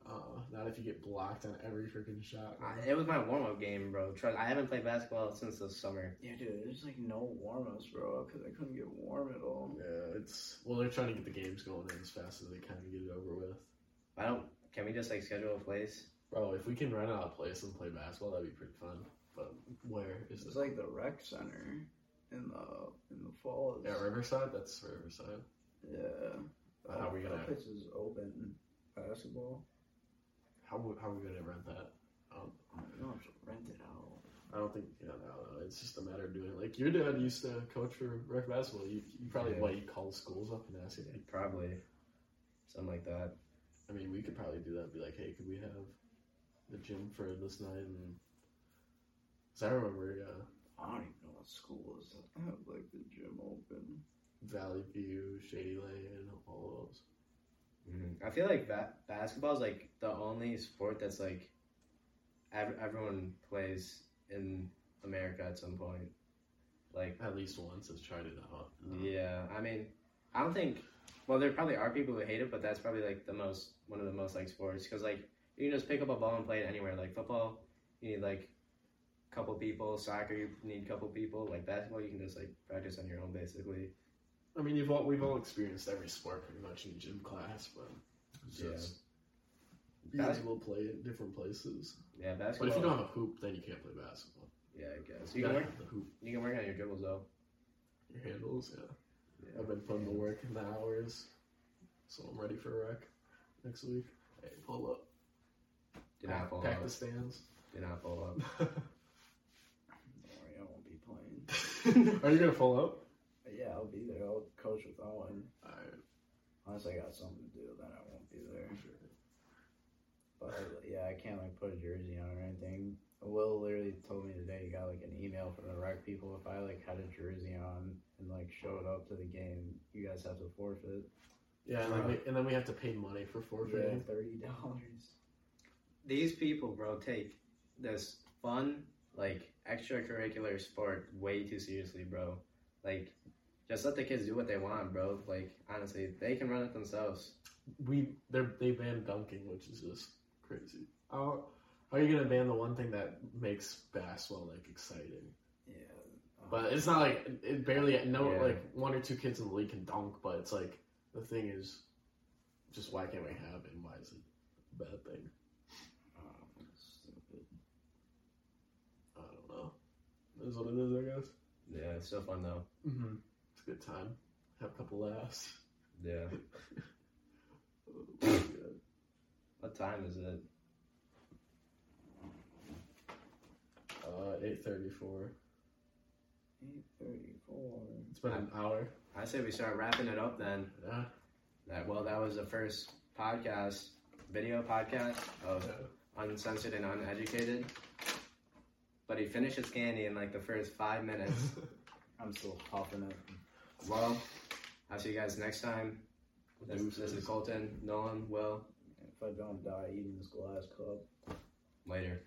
[SPEAKER 2] Uh, not if you get blocked on every freaking shot.
[SPEAKER 1] I, it was my warm up game, bro. Trust, I haven't played basketball since the summer.
[SPEAKER 3] Yeah, dude, there's like no warm ups, bro, because I couldn't get warm at all.
[SPEAKER 2] Yeah, it's well, they're trying to get the games going as fast as they can to get it over with.
[SPEAKER 1] I don't. Can we just like schedule a place?
[SPEAKER 2] Bro, if we can rent out a place and play basketball, that'd be pretty fun. But where is
[SPEAKER 3] It's
[SPEAKER 2] this?
[SPEAKER 3] like the rec center in the in the fall.
[SPEAKER 2] yeah, Riverside. That's Riverside.
[SPEAKER 3] yeah.
[SPEAKER 2] How are we gonna-
[SPEAKER 3] That place is open basketball.
[SPEAKER 2] How w- how are we gonna rent that? Um,
[SPEAKER 3] I don't know, just rent it out.
[SPEAKER 2] I don't think you know. No, no, it's just a matter of doing it. Like your dad used to coach for rec basketball. You, you probably
[SPEAKER 1] Yeah.
[SPEAKER 2] what you call schools up and ask. If,
[SPEAKER 1] Probably something like that.
[SPEAKER 2] I mean, we could probably do that. Be like, hey, could we have the gym for this night? And because I remember uh,
[SPEAKER 3] I don't even know what school is that have like the gym open.
[SPEAKER 2] Valley View, Shady Lane, all of those.
[SPEAKER 1] Mhm. I feel like ba- basketball is like the only sport that's like ev- everyone plays in America at some point. Like,
[SPEAKER 2] At least once has tried it out.
[SPEAKER 1] yeah, I mean, I don't think. Well, there probably are people who hate it, but that's probably like the most one of the most like sports because like you can just pick up a ball and play it anywhere. Like football, you need like a couple people. Soccer, you need a couple people. Like basketball, you can just like practice on your own basically.
[SPEAKER 2] I mean, you've all we've all experienced every sport pretty much in gym class, but it's
[SPEAKER 1] Yeah.
[SPEAKER 2] just being
[SPEAKER 1] Bas-
[SPEAKER 2] able to play in different places.
[SPEAKER 1] Yeah,
[SPEAKER 2] But
[SPEAKER 1] basketball.
[SPEAKER 2] if you don't have a hoop, then you can't play basketball.
[SPEAKER 1] yeah, I guess you can
[SPEAKER 2] You gotta
[SPEAKER 1] work.
[SPEAKER 2] have the hoop,
[SPEAKER 1] You can work on your dribbles though.
[SPEAKER 2] your handles. Yeah,
[SPEAKER 1] Yeah.
[SPEAKER 2] I've been putting the work in the hours, so I'm ready for rec next week. Hey, pull up,
[SPEAKER 1] Did not fall
[SPEAKER 2] pack
[SPEAKER 1] out.
[SPEAKER 2] the stands.
[SPEAKER 1] Did not fall out.
[SPEAKER 3] Don't worry, I won't be playing.
[SPEAKER 2] Are you gonna pull up?
[SPEAKER 3] But yeah, I'll be there. I'll coach with Owen.
[SPEAKER 2] All right,
[SPEAKER 3] Unless I got something to do, then I won't be there.
[SPEAKER 2] sure.
[SPEAKER 3] But I- yeah, I can't like put a jersey on or anything. Will literally told me today he got like an email from the rec people if I like had a jersey on and like showed up to the game, you guys have to forfeit.
[SPEAKER 2] Yeah, and then, we, and then we have to pay money for forfeiting.
[SPEAKER 3] thirty dollars.
[SPEAKER 1] these people, bro, take this fun, like, extracurricular sport way too seriously, bro. Like, just let the kids do what they want, bro. Like, honestly, they can run it themselves.
[SPEAKER 2] we they they banned dunking, which is just crazy. I don't, How are you gonna ban the one thing that makes basketball like exciting?
[SPEAKER 3] Yeah.
[SPEAKER 2] But it's not like it barely no
[SPEAKER 1] Yeah.
[SPEAKER 2] like one or two kids in the league can dunk, but it's like the thing is just why can't we have it and why is it a bad thing?
[SPEAKER 3] Um, stupid.
[SPEAKER 2] I don't know. That's what it is, I guess.
[SPEAKER 1] Yeah, it's so fun though.
[SPEAKER 2] Mm-hmm. It's a good time. Have a couple laughs.
[SPEAKER 1] Yeah.
[SPEAKER 2] Oh, my God.
[SPEAKER 1] What time is it?
[SPEAKER 2] Uh, eight thirty-four.
[SPEAKER 3] 8:34.
[SPEAKER 2] It's been an hour.
[SPEAKER 1] I say we start wrapping it up then.
[SPEAKER 2] Yeah.
[SPEAKER 1] That well, that was the first podcast, video podcast of
[SPEAKER 2] Yeah.
[SPEAKER 1] uncensored and uneducated. But he finished his candy in like the first five minutes.
[SPEAKER 3] I'm still huffing it.
[SPEAKER 1] well, I'll see you guys next time. This, this is
[SPEAKER 2] Deuces.
[SPEAKER 1] Colton, Nolan, Will.
[SPEAKER 3] If I don't die eating this glass cup.
[SPEAKER 1] Later.